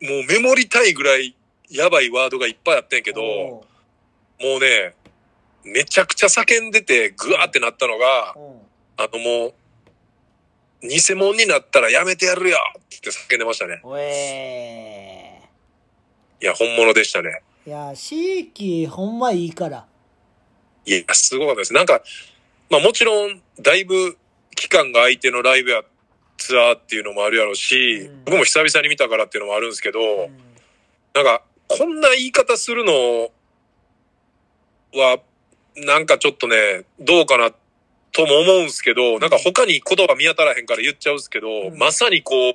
[SPEAKER 2] もうメモりたいぐらいやばいワードがいっぱいあってんけど、も
[SPEAKER 1] おう
[SPEAKER 2] うね、めちゃくちゃ叫んでて、グワーってなったのが、
[SPEAKER 1] おう
[SPEAKER 2] あのもう、偽物になったらやめてやるよって言って叫んでましたね。
[SPEAKER 1] おえ
[SPEAKER 2] いや、本物でしたね。
[SPEAKER 1] ーいや、シーキーほんまいいから。
[SPEAKER 2] いや、すごかったです。なんか、まあもちろん、だいぶ期間が相手のライブやツアーっていうのもあるやろうし、
[SPEAKER 1] うん
[SPEAKER 2] 僕も久々に見たからっていうのもあるんですけど、
[SPEAKER 1] うん
[SPEAKER 2] なんか、こんな言い方するのは、なんかちょっとね、どうかなとも思うんすけど、なんか他に言葉見当たらへんから言っちゃうんすけど、
[SPEAKER 1] ん
[SPEAKER 2] まさにこう、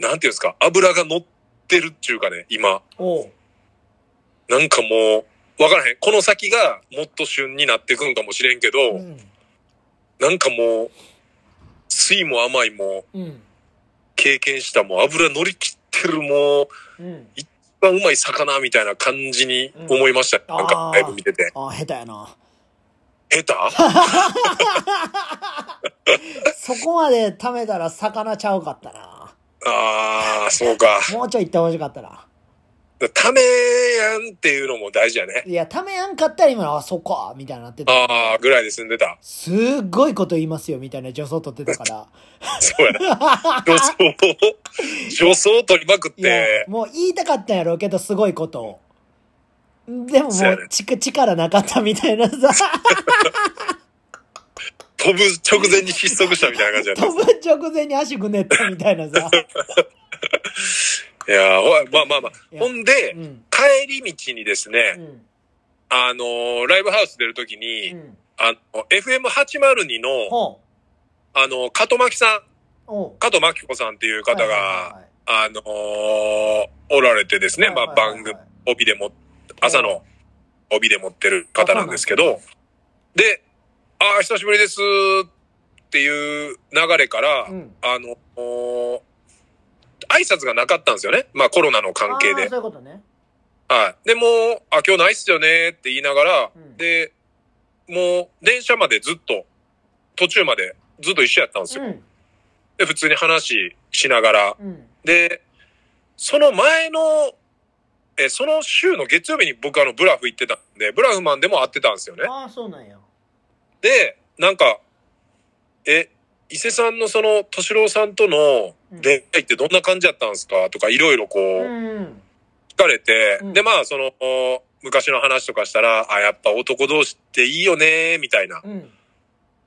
[SPEAKER 2] なんていうんですか、油が乗ってるっていうかね、今。
[SPEAKER 1] おう
[SPEAKER 2] なんかもう、わからへん。この先がもっと旬になってくんかもしれんけど、
[SPEAKER 1] うん。
[SPEAKER 2] なんかもう、酸いも甘いも
[SPEAKER 1] うん。
[SPEAKER 2] 経験したもう油乗り切ってるもう、
[SPEAKER 1] うん。
[SPEAKER 2] 一番うまい魚みたいな感じに思いました。
[SPEAKER 1] うん
[SPEAKER 2] な
[SPEAKER 1] あ
[SPEAKER 2] んか
[SPEAKER 1] ー
[SPEAKER 2] ライブ見てて。
[SPEAKER 1] あ、下手やな。
[SPEAKER 2] 下 手
[SPEAKER 1] そこまで貯めたら魚ちゃうかったな。
[SPEAKER 2] ああ、そうか。
[SPEAKER 1] もうちょい行ってほしかったな。
[SPEAKER 2] ためやんっていうのも大事やね。
[SPEAKER 1] いや、ためやんかったら今の、あ、そっか、みたいになってた。
[SPEAKER 2] ああ、ぐらいで済んでた。
[SPEAKER 1] すっごいこと言いますよ、みたいな助走取ってたから。
[SPEAKER 2] そうや な。助走を、助走を取りまくっ
[SPEAKER 1] いや
[SPEAKER 2] て、、
[SPEAKER 1] もう言いたかったんやろうけど、すごいことを。でもも
[SPEAKER 2] そうや
[SPEAKER 1] う
[SPEAKER 2] ね、
[SPEAKER 1] ちく、力なかったみたいなさ、
[SPEAKER 2] 飛ぶ直前に失速したみたいな感じやった。
[SPEAKER 1] 飛ぶ直前に足ぐねったみたいなさ。
[SPEAKER 2] いやーほいまあまあま
[SPEAKER 1] い
[SPEAKER 2] あ。
[SPEAKER 1] や
[SPEAKER 2] ほんで
[SPEAKER 1] う、ん。
[SPEAKER 2] 帰り道にです
[SPEAKER 1] う
[SPEAKER 2] ね、
[SPEAKER 1] ん。
[SPEAKER 2] あのーライブハウス出るとき
[SPEAKER 1] う
[SPEAKER 2] に、
[SPEAKER 1] ん。
[SPEAKER 2] あの、FM802 の、
[SPEAKER 1] ほう。
[SPEAKER 2] あの、加藤真希さん、
[SPEAKER 1] おう。
[SPEAKER 2] 加藤真希子さんっていう方
[SPEAKER 1] はい
[SPEAKER 2] が、
[SPEAKER 1] はいはい
[SPEAKER 2] あのーおられてですね、まあ
[SPEAKER 1] はいはいはい
[SPEAKER 2] 番組、帯でも、朝の帯で持ってる方なんですけ
[SPEAKER 1] うん
[SPEAKER 2] ど、で、ああ、久しぶりですっていう流れから、
[SPEAKER 1] うん
[SPEAKER 2] あの、お挨拶がなかったんですよね。まあコロナの関係
[SPEAKER 1] あー
[SPEAKER 2] で
[SPEAKER 1] そ。ういうことね。
[SPEAKER 2] はい。で、もう、あ、今日ないっすよねって言いながら、
[SPEAKER 1] うん
[SPEAKER 2] で、もう電車までずっと、途中までずっと一緒やったんですよ。
[SPEAKER 1] うん。
[SPEAKER 2] で、普通に話しながら、
[SPEAKER 1] うん。
[SPEAKER 2] で、その前の、え、その週の月曜日に僕あのブラフ行ってたんで、ブラフマンでも会ってたんですよね。
[SPEAKER 1] ああ、そうなんや。
[SPEAKER 2] で、なんか、え、伊勢さんのその、敏郎さんとの
[SPEAKER 1] うん
[SPEAKER 2] 出会いってどんな感じだったんですかとか、いろいろこう、
[SPEAKER 1] うん。
[SPEAKER 2] 聞かれて、
[SPEAKER 1] うん
[SPEAKER 2] で、まあ、その、昔の話とかしたら、あ、やっぱ男同士っていいよね、みたいな。
[SPEAKER 1] うん。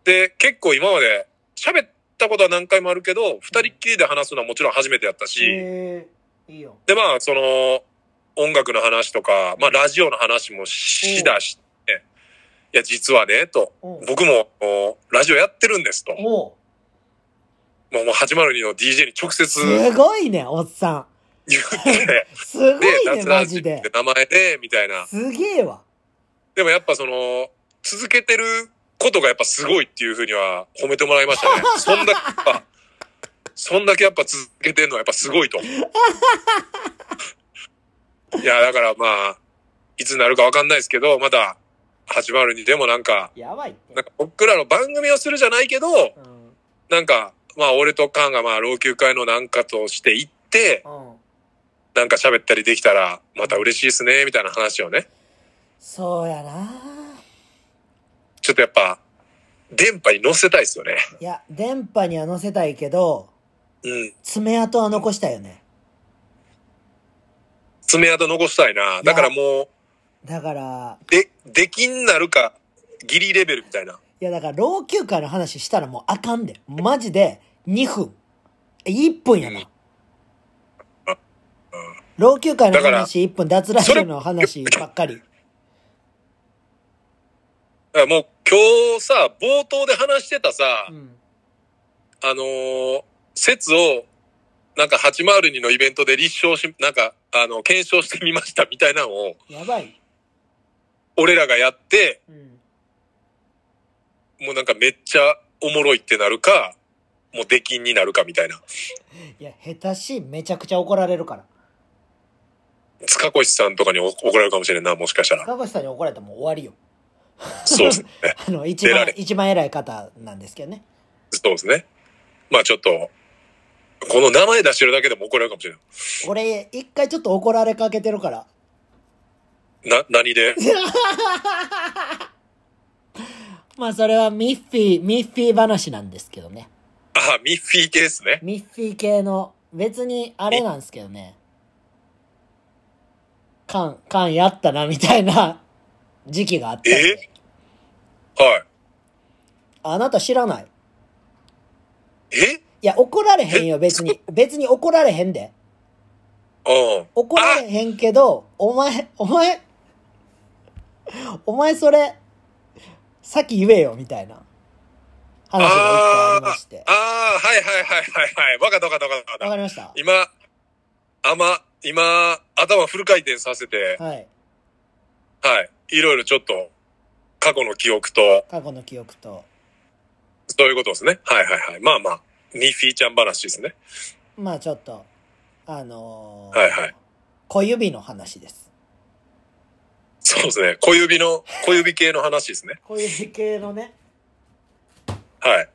[SPEAKER 2] で、結構今まで喋ったことは何回もあるけど、二人っきりで話すのはもちろん初めてやったし、
[SPEAKER 1] ええいいよ。
[SPEAKER 2] で、まあ、その、音楽の話とか、まあ、ラジオの話もしだして、いや、実はね、と、
[SPEAKER 1] おう
[SPEAKER 2] 僕も、おラジオやってるんですと。
[SPEAKER 1] おう
[SPEAKER 2] もう、もう802の DJ に直接
[SPEAKER 1] すごいね、おっさ
[SPEAKER 2] 言って、
[SPEAKER 1] ん。すごい
[SPEAKER 2] で、
[SPEAKER 1] ね、
[SPEAKER 2] 脱
[SPEAKER 1] マ
[SPEAKER 2] ラ
[SPEAKER 1] ジ
[SPEAKER 2] ジオっ
[SPEAKER 1] で
[SPEAKER 2] て。名前で、みたいな。
[SPEAKER 1] すげえわ。
[SPEAKER 2] でもやっぱその、続けてることがやっぱすごいっていうふうには褒めてもらいましたね。そんだけやっぱ、そんだけやっぱ続けてんのはやっぱすごいと。いや、だからまあ、いつになるかわかんないですけど、まだ802でもなんか、
[SPEAKER 1] やばいって
[SPEAKER 2] なん。か僕らの番組をするじゃないけど、
[SPEAKER 1] うん。
[SPEAKER 2] なんか、まあ俺とカンがまあ老朽会のなんかとして行って、
[SPEAKER 1] うん。
[SPEAKER 2] なんか喋ったりできたら、また嬉しいですね、みたいな話をね。
[SPEAKER 1] そうやな
[SPEAKER 2] ちょっとやっぱ、電波に乗せたいですよね。
[SPEAKER 1] いや、電波には乗せたいけど、
[SPEAKER 2] うん。
[SPEAKER 1] 爪痕は残したいよね。
[SPEAKER 2] 爪痕残したいな。だからも
[SPEAKER 1] だから、
[SPEAKER 2] う、で、出禁になるか、ギリレベルみたいな。
[SPEAKER 1] いやだから老朽化の話したらもうあかんで。マジで2分。1分やな。老朽化の
[SPEAKER 2] だから
[SPEAKER 1] 話1分、脱ラジオの話ばっかり。
[SPEAKER 2] だからもう今日さ、冒頭で話してたさ、
[SPEAKER 1] うん。
[SPEAKER 2] あのー説を、なんか802のイベントで立証し、なんか、あの、検証してみましたみたいなのを、
[SPEAKER 1] やばい。
[SPEAKER 2] 俺らがやって、
[SPEAKER 1] うん。
[SPEAKER 2] もうなんかめっちゃおもろいってなるか、もう出禁になるかみたいな。
[SPEAKER 1] いや、下手し、めちゃくちゃ怒られるから。
[SPEAKER 2] 塚越さんとかにお怒られるかもしれんな、もしか したら。
[SPEAKER 1] 高橋さんに怒られたらもう終わりよ。
[SPEAKER 2] そうですね。
[SPEAKER 1] あの、一番
[SPEAKER 2] 出られ、
[SPEAKER 1] 一番偉い方なんですけどね。
[SPEAKER 2] そうですね。まあちょっと、この名前出してるだけでも怒られるかもしれない。
[SPEAKER 1] 俺、一回ちょっと怒られかけてるから。
[SPEAKER 2] な、何で
[SPEAKER 1] まあ、それはミッフィー、ミッフィー話なんですけどね。
[SPEAKER 2] あ、ミッフィー系ですね。
[SPEAKER 1] ミッフィー系の、別にあれなんですけどね。カン、カンやったな、みたいな 時期があったんで。
[SPEAKER 2] は
[SPEAKER 1] あなた知らない
[SPEAKER 2] い。え
[SPEAKER 1] いや、怒られへんよ、別に。別に怒られへんで。
[SPEAKER 2] うん。
[SPEAKER 1] 怒られへんけど、お前、お前、お前それ、さっき言えよ、みたいな話が一個あ
[SPEAKER 2] あ
[SPEAKER 1] り
[SPEAKER 2] あ
[SPEAKER 1] まして。
[SPEAKER 2] ああ、はいはいはいはいはい。わかったわかったわかったわか
[SPEAKER 1] わか
[SPEAKER 2] った。
[SPEAKER 1] りました
[SPEAKER 2] 今、あま、今、頭フル回転させて、
[SPEAKER 1] はい。
[SPEAKER 2] はい。いろいろちょっと、過去の記憶と、
[SPEAKER 1] 過去の記憶と。
[SPEAKER 2] そういうことですね。はいはいはい。まあまあ、ミッフィーちゃん話ですね。
[SPEAKER 1] まあちょっと、あのー
[SPEAKER 2] はいはい
[SPEAKER 1] 小指の話です。
[SPEAKER 2] そうですね。小指の、小指系の話ですね。
[SPEAKER 1] 小指系のね。
[SPEAKER 2] はい。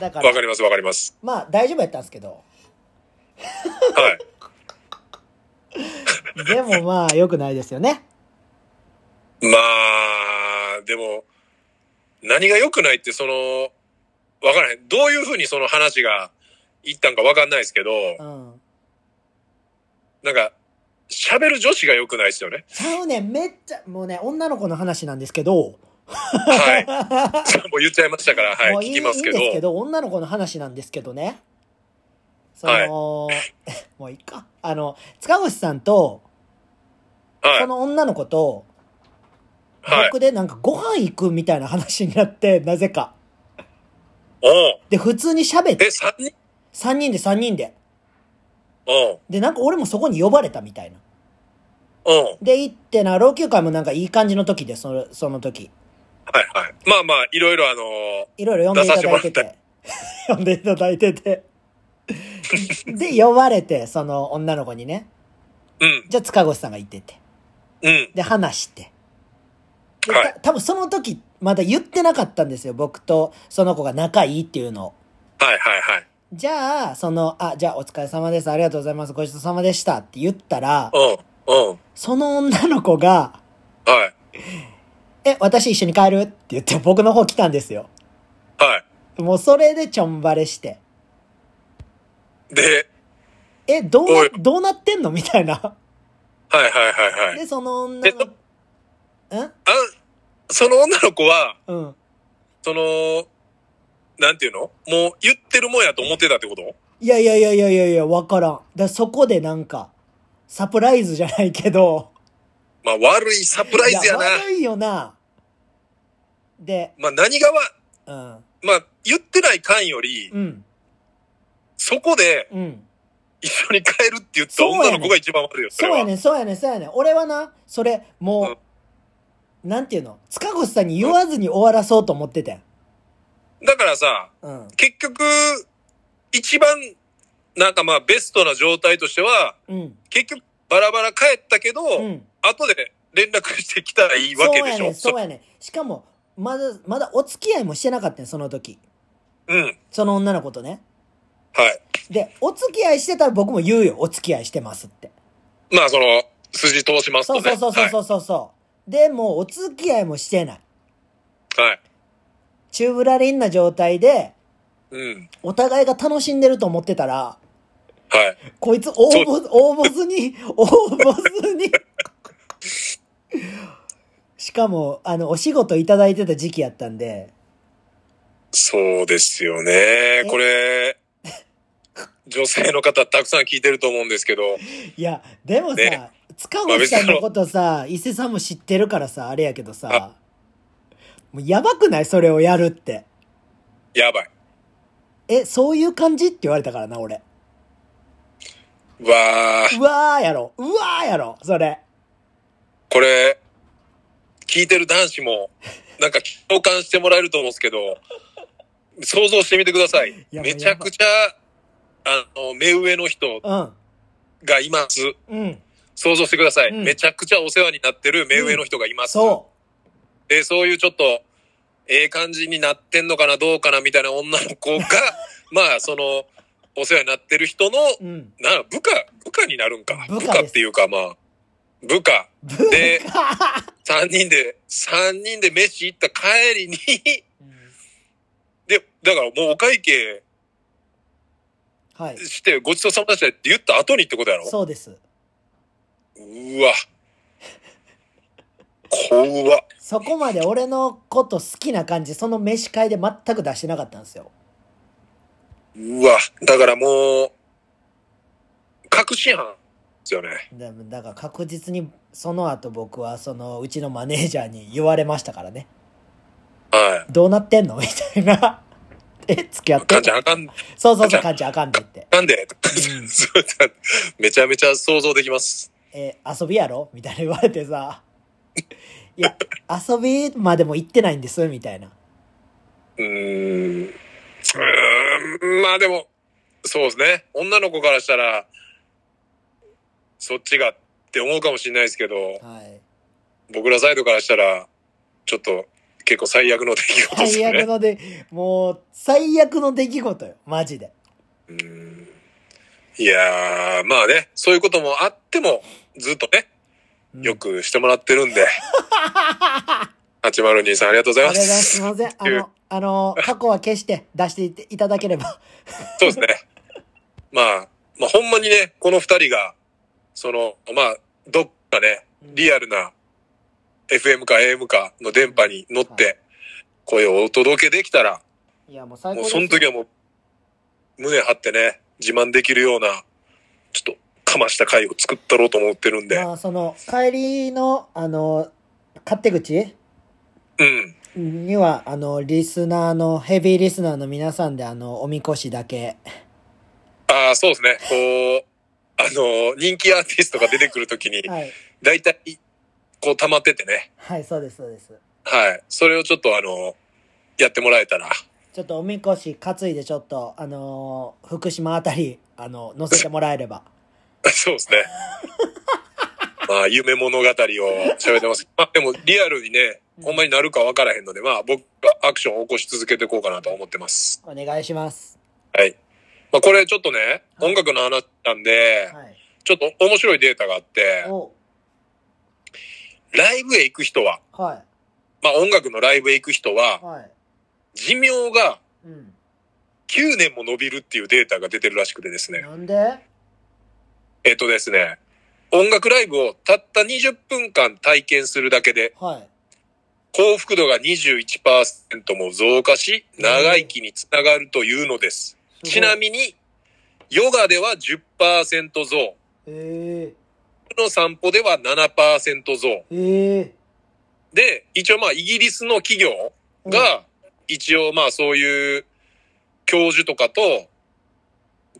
[SPEAKER 1] だか、
[SPEAKER 2] わからりますわかります。
[SPEAKER 1] まあ大丈夫やったんですけど、
[SPEAKER 2] はい。
[SPEAKER 1] でもまあ良くないですよね。
[SPEAKER 2] まあ、でも、何が良くないって、その、わからへん。どういうふうにその話がいったんかわかんないですけど、
[SPEAKER 1] うん。
[SPEAKER 2] なんか、喋る女子が良くないです よね。
[SPEAKER 1] ちゃうねん、めっちゃ、もうね、女の子の話なんですけど、
[SPEAKER 2] はい。もう言っちゃいましたから、
[SPEAKER 1] も
[SPEAKER 2] は
[SPEAKER 1] う
[SPEAKER 2] い、
[SPEAKER 1] い
[SPEAKER 2] 聞
[SPEAKER 1] い
[SPEAKER 2] きますけど。
[SPEAKER 1] いいんですけど、女の子の話なんですけどね。その、 もういいか。あの、塚越さんと、
[SPEAKER 2] はい
[SPEAKER 1] そ。の女の子と、
[SPEAKER 2] はい。
[SPEAKER 1] 僕でなんかご飯行くみたいな話になって、なぜか。
[SPEAKER 2] おう
[SPEAKER 1] で、普通に喋っ
[SPEAKER 2] え、
[SPEAKER 1] て、
[SPEAKER 2] 3人
[SPEAKER 1] 3人で3人で。
[SPEAKER 2] おう
[SPEAKER 1] で、なんか俺もそこに呼ばれたみたいな。
[SPEAKER 2] おう
[SPEAKER 1] で、行ってな、老朽化もなんかいい感じの時で、その、その時。
[SPEAKER 2] はいはい。まあまあ、いろいろあの
[SPEAKER 1] いろいろ呼んでいただいてて。 呼んでいただいてて。で、呼ばれて、その女の子にね。
[SPEAKER 2] うん、
[SPEAKER 1] じゃあ塚越さんが行ってて。
[SPEAKER 2] うん、
[SPEAKER 1] で、話して。で
[SPEAKER 2] はい
[SPEAKER 1] た多分その時、まだ言ってなかったんですよ。僕とその子が仲いいっていうのを。
[SPEAKER 2] はいはいはい。
[SPEAKER 1] じゃあ、その、あ、じゃあお疲れ様です。ありがとうございます。ごちそうさまでした。って言ったら、
[SPEAKER 2] おうおう
[SPEAKER 1] その女の子が、
[SPEAKER 2] はい、
[SPEAKER 1] え、私一緒に帰るって言って僕の方来たんですよ。
[SPEAKER 2] はい。
[SPEAKER 1] もうそれでちょんばれして。
[SPEAKER 2] で、
[SPEAKER 1] え、どう
[SPEAKER 2] おい
[SPEAKER 1] な、どうなってんのみたい な。
[SPEAKER 2] はいはいはいはい。
[SPEAKER 1] で、その女の、ん
[SPEAKER 2] あその女の子は、
[SPEAKER 1] うん。
[SPEAKER 2] その、なんていうのもう言ってるもんやと思ってたってこと
[SPEAKER 1] いやいやいやいやいやいや、わからん。だからそこでなんか、サプライズじゃないけど、
[SPEAKER 2] まあ悪いサプライズやな。
[SPEAKER 1] い悪いよな。で、
[SPEAKER 2] まあ何がわ、
[SPEAKER 1] うん。
[SPEAKER 2] まあ言ってない間より、
[SPEAKER 1] うん。
[SPEAKER 2] そこで
[SPEAKER 1] うん。
[SPEAKER 2] 一緒に帰るって言った女の子が一番悪いよ、そ
[SPEAKER 1] そ
[SPEAKER 2] れ
[SPEAKER 1] うや
[SPEAKER 2] は。
[SPEAKER 1] ねん、そうやねん、そうやねん。俺はな、それ、もう、なんていうの塚越さんに言わずに終わらそうと思ってたん。
[SPEAKER 2] だからさ、
[SPEAKER 1] うん。
[SPEAKER 2] 結局、一番、なんかまあベストな状態としては、
[SPEAKER 1] うん。
[SPEAKER 2] 結局バラバラ帰ったけど、
[SPEAKER 1] うん。
[SPEAKER 2] 後で連絡してきたらいいわけでし
[SPEAKER 1] そうやね
[SPEAKER 2] ょ
[SPEAKER 1] ん、そうやねん。しかも、まだ、まだお付き合いもしてなかったんその時。
[SPEAKER 2] そうん。
[SPEAKER 1] その女の子とね。
[SPEAKER 2] はい。
[SPEAKER 1] で、お付き合いしてたら僕も言うよ。お付き合いしてますって。
[SPEAKER 2] まあその、筋通しますと
[SPEAKER 1] そう
[SPEAKER 2] ね。
[SPEAKER 1] そうそうそうそうそう。でも、お付き合いもしてない。
[SPEAKER 2] はい。はい。
[SPEAKER 1] チューブラリンな状態で、
[SPEAKER 2] うん。
[SPEAKER 1] お互いが楽しんでると思ってたら、
[SPEAKER 2] はい。
[SPEAKER 1] こいつ応募、応募ずに、 応募ずに。しかも、あの、お仕事いただいてた時期やったんで、
[SPEAKER 2] そうですよね。これ、女性の方たくさん聞いてると思うんですけど、
[SPEAKER 1] いや、でもさ、
[SPEAKER 2] ね
[SPEAKER 1] 塚越さんのことさ、伊勢さんも知ってるからさ、あれやけどさ、もうやばくないそれをやるって。
[SPEAKER 2] やばい。
[SPEAKER 1] え、そういう感じって言われたからな、俺。
[SPEAKER 2] わー、
[SPEAKER 1] うわーやろ。うわーやろ。それ。
[SPEAKER 2] これ、聞いてる男子も、なんか共感してもらえると思うんですけど、想像してみてください。
[SPEAKER 1] やばい
[SPEAKER 2] めちゃくちゃ、あの、目上の人
[SPEAKER 1] うん。
[SPEAKER 2] がいます。
[SPEAKER 1] うん。
[SPEAKER 2] 想像してください。
[SPEAKER 1] うん
[SPEAKER 2] めちゃくちゃお世話になってる目上の人がいます。
[SPEAKER 1] そ
[SPEAKER 2] で、そういうちょっと、ええ感じになってんのかな、どうかな、みたいな女の 子が、まあ、その、お世話になってる人の、
[SPEAKER 1] う。うん。
[SPEAKER 2] な、部下、部下になるんか。
[SPEAKER 1] 部下
[SPEAKER 2] 部
[SPEAKER 1] です
[SPEAKER 2] 下っていうか、まあ、部下。で、
[SPEAKER 1] か
[SPEAKER 2] 3人で、三人で飯行った帰りに、 で、だからもうお会計
[SPEAKER 1] はい。
[SPEAKER 2] して、ごちそうさまでしたって言った後にってことやろ
[SPEAKER 1] そうです。
[SPEAKER 2] うわ。怖っ。
[SPEAKER 1] そこまで俺のこと好きな感じ、その飯会で全く出してなかったんですよ。
[SPEAKER 2] うわ。だからもう、確信犯ですよね。
[SPEAKER 1] だだから確実に、その後僕は、その、うちのマネージャーに言われましたからね。
[SPEAKER 2] は
[SPEAKER 1] どうなってんのみ たいな。え、付き合っ
[SPEAKER 2] い。
[SPEAKER 1] て
[SPEAKER 2] か
[SPEAKER 1] ん
[SPEAKER 2] んちゃん
[SPEAKER 1] の
[SPEAKER 2] あかん、
[SPEAKER 1] そうそうそう、かんちゃんあかんでって。
[SPEAKER 2] なんでそうだめちゃめちゃ想像できます。
[SPEAKER 1] え、遊びやろみたいな言われてさ。いや、遊びまでも行ってないんです、みたいな。
[SPEAKER 2] うーん。うーんまあでも、そうですね。女の子からしたら、そっちがって思うかもしれないですけど、
[SPEAKER 1] はい。
[SPEAKER 2] 僕らサイドからしたら、ちょっと結構最悪の出来事です
[SPEAKER 1] 最
[SPEAKER 2] よ
[SPEAKER 1] 悪
[SPEAKER 2] ね。
[SPEAKER 1] ので、もう、最悪の出来事よ。マジで。
[SPEAKER 2] うーんいやー、まあね、そういうこともあっても、ずっとね、
[SPEAKER 1] うん
[SPEAKER 2] よくしてもらってる んで。802さんありがとうござ
[SPEAKER 1] あ
[SPEAKER 2] いま
[SPEAKER 1] れが
[SPEAKER 2] す。
[SPEAKER 1] すいません。あの、あの、過去は決して出していていただければ。
[SPEAKER 2] そうですね。まあ、まあ、ほんまにね、この二人が、その、まあ、どっかね、リアルな FM か AM かの電波に乗っ
[SPEAKER 1] は
[SPEAKER 2] て、声をお届けできたら、
[SPEAKER 1] いや、もう最高
[SPEAKER 2] もう
[SPEAKER 1] です
[SPEAKER 2] その時はもう、胸張ってね、自慢できるような、ちょっと、かました回を作ったろうと思ってるんで、
[SPEAKER 1] まあ、その、帰りの、あの、勝手口
[SPEAKER 2] うん。
[SPEAKER 1] には、あの、リスナーの、ヘビーリスナーの皆さんで、あの、おみこしだけ。
[SPEAKER 2] ああ、そうですね。こう、あの、人気アーティストが出てくるときに、
[SPEAKER 1] はい。
[SPEAKER 2] だいたい、こう溜まっててね、
[SPEAKER 1] はい、そうです、そうです。
[SPEAKER 2] はい。それをちょっとあの、やってもらえたら、
[SPEAKER 1] ちょっとおみこし担いで、ちょっと、あの、福島あたり、あの、乗せてもらえれば。
[SPEAKER 2] そう ですね。まあ、夢物語を喋ってます。まあ、でも、リアルにね、ほんまになるかわからへんので、まあ、僕がアクションを起こし続けていこうかなと思ってます。
[SPEAKER 1] お願いします。
[SPEAKER 2] はい。まあ、これちょっとね、
[SPEAKER 1] はい
[SPEAKER 2] 音楽の話なんで、
[SPEAKER 1] はい。
[SPEAKER 2] ちょっと面白いデータがあって、
[SPEAKER 1] お
[SPEAKER 2] ライブへ行く人は、
[SPEAKER 1] はい。
[SPEAKER 2] まあ、音楽のライブへ行く人は、
[SPEAKER 1] はい。
[SPEAKER 2] 寿命が
[SPEAKER 1] うん。
[SPEAKER 2] 9年も伸びるっていうデータが出てるらしくてですね。
[SPEAKER 1] なんで
[SPEAKER 2] えっとですね、音楽ライブをたった20分間体験するだけで、
[SPEAKER 1] はい。
[SPEAKER 2] 幸福度が21%も増加し、長生きにつながるというのです。
[SPEAKER 1] すごい
[SPEAKER 2] ちな。みに、ヨガでは10%増、
[SPEAKER 1] え
[SPEAKER 2] の散歩では7%増。
[SPEAKER 1] えええ
[SPEAKER 2] で、一応まあイギリスの企業
[SPEAKER 1] うん
[SPEAKER 2] が、一応まあそういう教授とかと、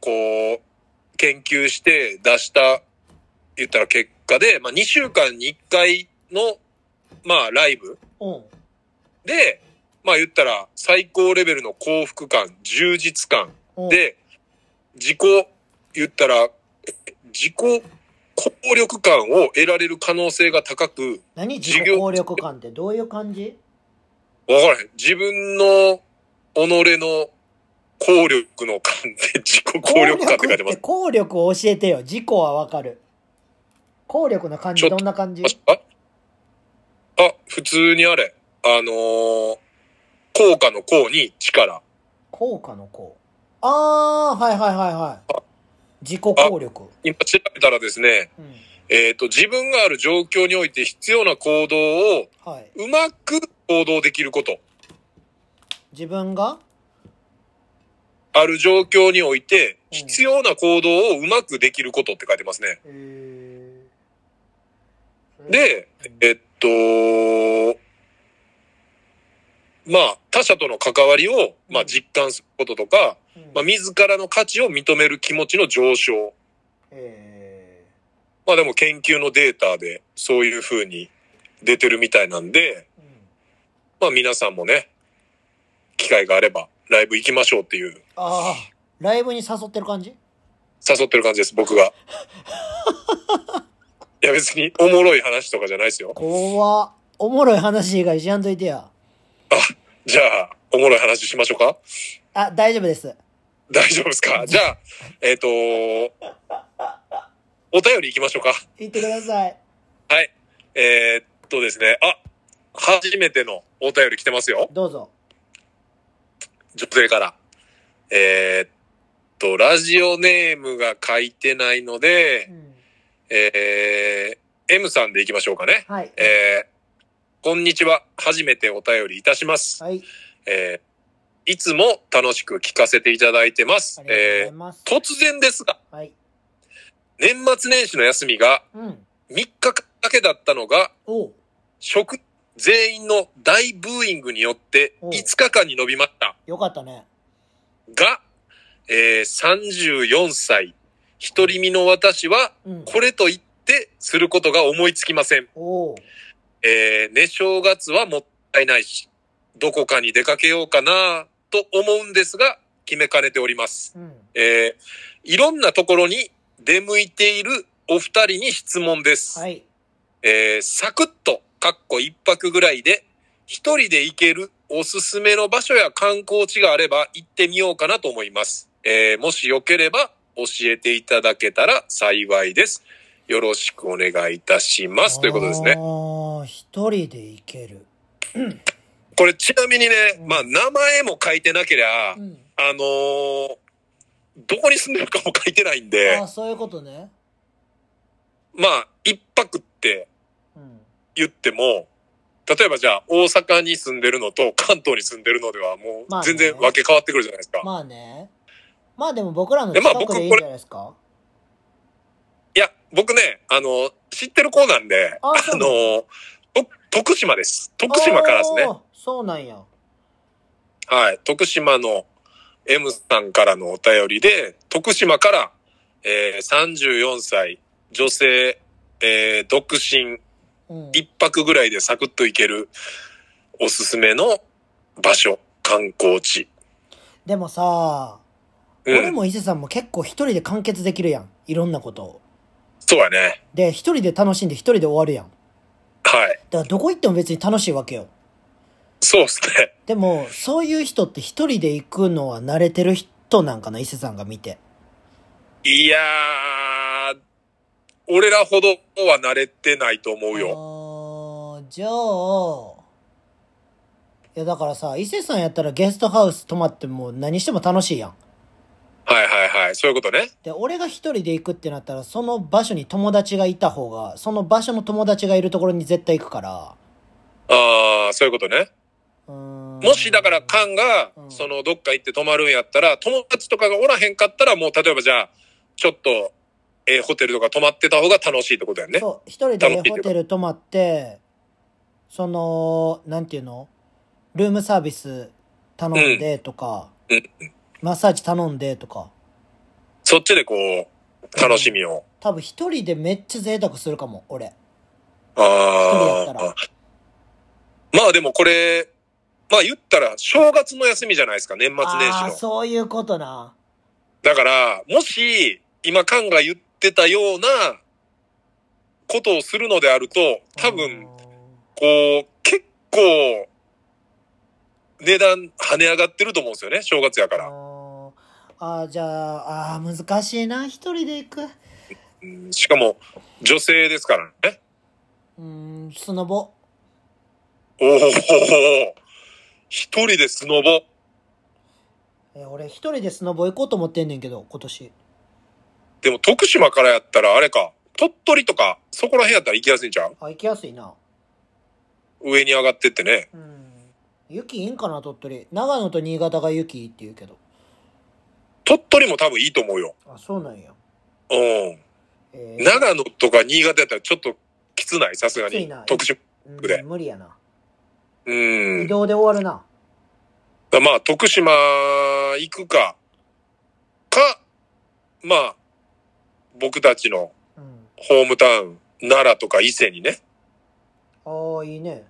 [SPEAKER 2] こう、研究して出した、言ったら結果で、まあ2週間に1回の、まあライブ
[SPEAKER 1] うん。
[SPEAKER 2] で、まあ言ったら最高レベルの幸福感、充実感
[SPEAKER 1] うん、
[SPEAKER 2] で、自己、言ったら、自己効力感を得られる可能性が高く、
[SPEAKER 1] 何自
[SPEAKER 2] 授
[SPEAKER 1] 己
[SPEAKER 2] 業
[SPEAKER 1] 効力感ってどういう感じ
[SPEAKER 2] わからへん。自分の、己の効力の感で自己効力感って書いてます。
[SPEAKER 1] 効力を教えてよ。自己はわかる。効力の感
[SPEAKER 2] ち
[SPEAKER 1] じ
[SPEAKER 2] ょっと
[SPEAKER 1] どんな感じ
[SPEAKER 2] ああ、普通にあれ。あのー効果の効に力。
[SPEAKER 1] 効果の効。あー、はいはいはいはい。自己効力。
[SPEAKER 2] 今調べたらですね、
[SPEAKER 1] うん。
[SPEAKER 2] えっ、と、自分がある状況において必要な行動を
[SPEAKER 1] はい。
[SPEAKER 2] うまく行動できること。
[SPEAKER 1] 自分が
[SPEAKER 2] ある状況において必要な行動をうまくできることって書いてますね。
[SPEAKER 1] えー、
[SPEAKER 2] で、えっと、まあ、他者との関わりを、まあ、実感することとか、
[SPEAKER 1] うん、
[SPEAKER 2] まあ、自らの価値を認める気持ちの上昇。
[SPEAKER 1] え
[SPEAKER 2] まあ、でも研究のデータで、そういう風に出てるみたいなんで、
[SPEAKER 1] ーうん
[SPEAKER 2] まあ、皆さんもね、機会があれば、ライブ行きましょうっていう、
[SPEAKER 1] ああ、ライブに誘ってる感じ
[SPEAKER 2] 誘ってる感じです、僕 が。いや、別に、おもろい話とかじゃないですよ。
[SPEAKER 1] 怖っおもろい話以外しやんといてや。
[SPEAKER 2] じゃあ、おもろい話しましょうか
[SPEAKER 1] あ、大丈夫です。
[SPEAKER 2] 大丈夫で すかじゃあ、えっ、とお便り行きましょうか。
[SPEAKER 1] 言ってください。
[SPEAKER 2] はい。えーっとですね、あ、初めてのお便り来てますよ。
[SPEAKER 1] どうぞ。
[SPEAKER 2] 女性から。えーっと、ラジオネームが書いてないの
[SPEAKER 1] う
[SPEAKER 2] で、
[SPEAKER 1] ん、
[SPEAKER 2] えー、M さんで行きましょうかね。
[SPEAKER 1] はい。
[SPEAKER 2] えー、こんにちは。初めてお便りいたします。
[SPEAKER 1] はい。
[SPEAKER 2] えー、いつも楽しく聞かせていただいてます
[SPEAKER 1] あ。りがとうござい
[SPEAKER 2] え
[SPEAKER 1] ます。
[SPEAKER 2] ー、突然ですが、
[SPEAKER 1] はい。
[SPEAKER 2] 年末年始の休みが
[SPEAKER 1] うん。
[SPEAKER 2] 3日間だけだったのが、
[SPEAKER 1] おう
[SPEAKER 2] 職員全員の大ブーイングによって
[SPEAKER 1] うん
[SPEAKER 2] 5日間に伸びました
[SPEAKER 1] よかったね。
[SPEAKER 2] が、えー34歳、独り身の私は、
[SPEAKER 1] うん。
[SPEAKER 2] これと言ってすることが思いつきません。
[SPEAKER 1] おう
[SPEAKER 2] えー、寝正月はもったいないし、どこかに出かけようかなと思うんですが、決めかねております。
[SPEAKER 1] うん。
[SPEAKER 2] えーいろんなところに出向いているお二人に質問です。
[SPEAKER 1] はい。
[SPEAKER 2] えーサクッと、かっこ一泊ぐらいで、一人で行けるおすすめの場所や観光地があれば行ってみようかなと思います。えーもしよければ教えていただけたら幸いです。よろしくお願いいたします。ということですね。
[SPEAKER 1] ああ、一人で行ける。
[SPEAKER 2] これちなみにね、
[SPEAKER 1] うん
[SPEAKER 2] まあ名前も書いてなけりゃ、あ
[SPEAKER 1] う
[SPEAKER 2] の
[SPEAKER 1] ん。
[SPEAKER 2] ーどこに住んでるかも書いてないんで
[SPEAKER 1] ああ、、そういうことね。
[SPEAKER 2] まあ一泊って
[SPEAKER 1] うん。
[SPEAKER 2] 言っても、例えばじゃあ大阪に住んでるのと関東に住んでるのではも
[SPEAKER 1] まあ
[SPEAKER 2] う
[SPEAKER 1] ね
[SPEAKER 2] 全然分け変わってくるじゃないですか。
[SPEAKER 1] まあね。まあでも僕らの
[SPEAKER 2] でまあ
[SPEAKER 1] 近くでいいん
[SPEAKER 2] 僕これ
[SPEAKER 1] じゃないですか。
[SPEAKER 2] いや、僕ね、あの、知ってる子なんで、
[SPEAKER 1] あ
[SPEAKER 2] あ
[SPEAKER 1] そうなん
[SPEAKER 2] の、と徳島です。徳島からですね
[SPEAKER 1] あ。ー。そうなんや。
[SPEAKER 2] はい。徳島の M さんからのお便りで、徳島から、えー34歳、女性、えー独身、
[SPEAKER 1] うん。
[SPEAKER 2] 一泊ぐらいでサクッと行ける、おすすめの場所、観光地。
[SPEAKER 1] でもさ、
[SPEAKER 2] うん
[SPEAKER 1] 俺も伊勢さんも結構一人で完結できるやん。いろんなことを。
[SPEAKER 2] そうやね。
[SPEAKER 1] で、一人で楽しんで一人で終わるやん。
[SPEAKER 2] はい。
[SPEAKER 1] だからどこ行っても別に楽しいわけよ。
[SPEAKER 2] そうっすね。
[SPEAKER 1] でも、そういう人って一人で行くのは慣れてる人なんかな、伊勢さんが見て。
[SPEAKER 2] いやー、俺らほどは慣れてないと思うよ。
[SPEAKER 1] あーじゃあ、いやだからさ伊勢さんやったらゲストハウス泊まっても何しても楽しいやん
[SPEAKER 2] はいはいはい。そういうことね。
[SPEAKER 1] で俺が一人で行くってなったらその場所に友達がいた方がその場所の友達がいるところに絶対行くから
[SPEAKER 2] ああ、そういうことね。
[SPEAKER 1] うーん
[SPEAKER 2] もしだからカンが
[SPEAKER 1] う、ん
[SPEAKER 2] そのどっか行って泊まるんやったら、友達とかがおらへんかったら、もう例えばじゃあ、ちょっと、ええホテルとか泊まってた方が楽しいってことやんね。
[SPEAKER 1] そう一人でねホテル泊まってそのなんていうのルームサービス頼んでとか、
[SPEAKER 2] うんう
[SPEAKER 1] マッサージ頼んでとか
[SPEAKER 2] そっちでこう、楽しみを。
[SPEAKER 1] 多分一人でめっちゃ贅沢するかも俺一
[SPEAKER 2] あ
[SPEAKER 1] 人や
[SPEAKER 2] あ。まあでもこれ、まあ言ったら正月の休みじゃないですか、年末年
[SPEAKER 1] ああー
[SPEAKER 2] 始の。
[SPEAKER 1] そういうことな
[SPEAKER 2] だから、もし、今カンが言ってたようなことをするのであると、多分、こう、結構、値段跳ね上がってると思うんですよね、正月やか
[SPEAKER 1] あ
[SPEAKER 2] ら。
[SPEAKER 1] ーあーじゃああー難しいな一人で行く
[SPEAKER 2] うんしかも、女性ですからね。
[SPEAKER 1] うーんスノボ
[SPEAKER 2] おお一人でスノボ。
[SPEAKER 1] え俺一人でスノボ行こうと思ってんねんけど今年
[SPEAKER 2] でも徳島からやったらあれか、鳥取とか、そこら辺やったら行きやすいんちゃう
[SPEAKER 1] あ行きやすいな
[SPEAKER 2] 上に上がってってね。
[SPEAKER 1] うん雪いいんかな鳥取長野と新潟が雪いいって言うけど
[SPEAKER 2] 鳥取も多分いいと思うよ。
[SPEAKER 1] あそうなんや
[SPEAKER 2] うん。
[SPEAKER 1] えー
[SPEAKER 2] 長野とか新潟やったらちょっときつない、さすが
[SPEAKER 1] きつい
[SPEAKER 2] に
[SPEAKER 1] な。
[SPEAKER 2] 徳島。
[SPEAKER 1] うん
[SPEAKER 2] で
[SPEAKER 1] 無理やな
[SPEAKER 2] う
[SPEAKER 1] 移
[SPEAKER 2] ん。
[SPEAKER 1] 動で終わるな
[SPEAKER 2] まあ、徳島行くか、か、まあ、僕たちの
[SPEAKER 1] うん
[SPEAKER 2] ホームタウン、奈良とか伊勢にね、
[SPEAKER 1] ああいいね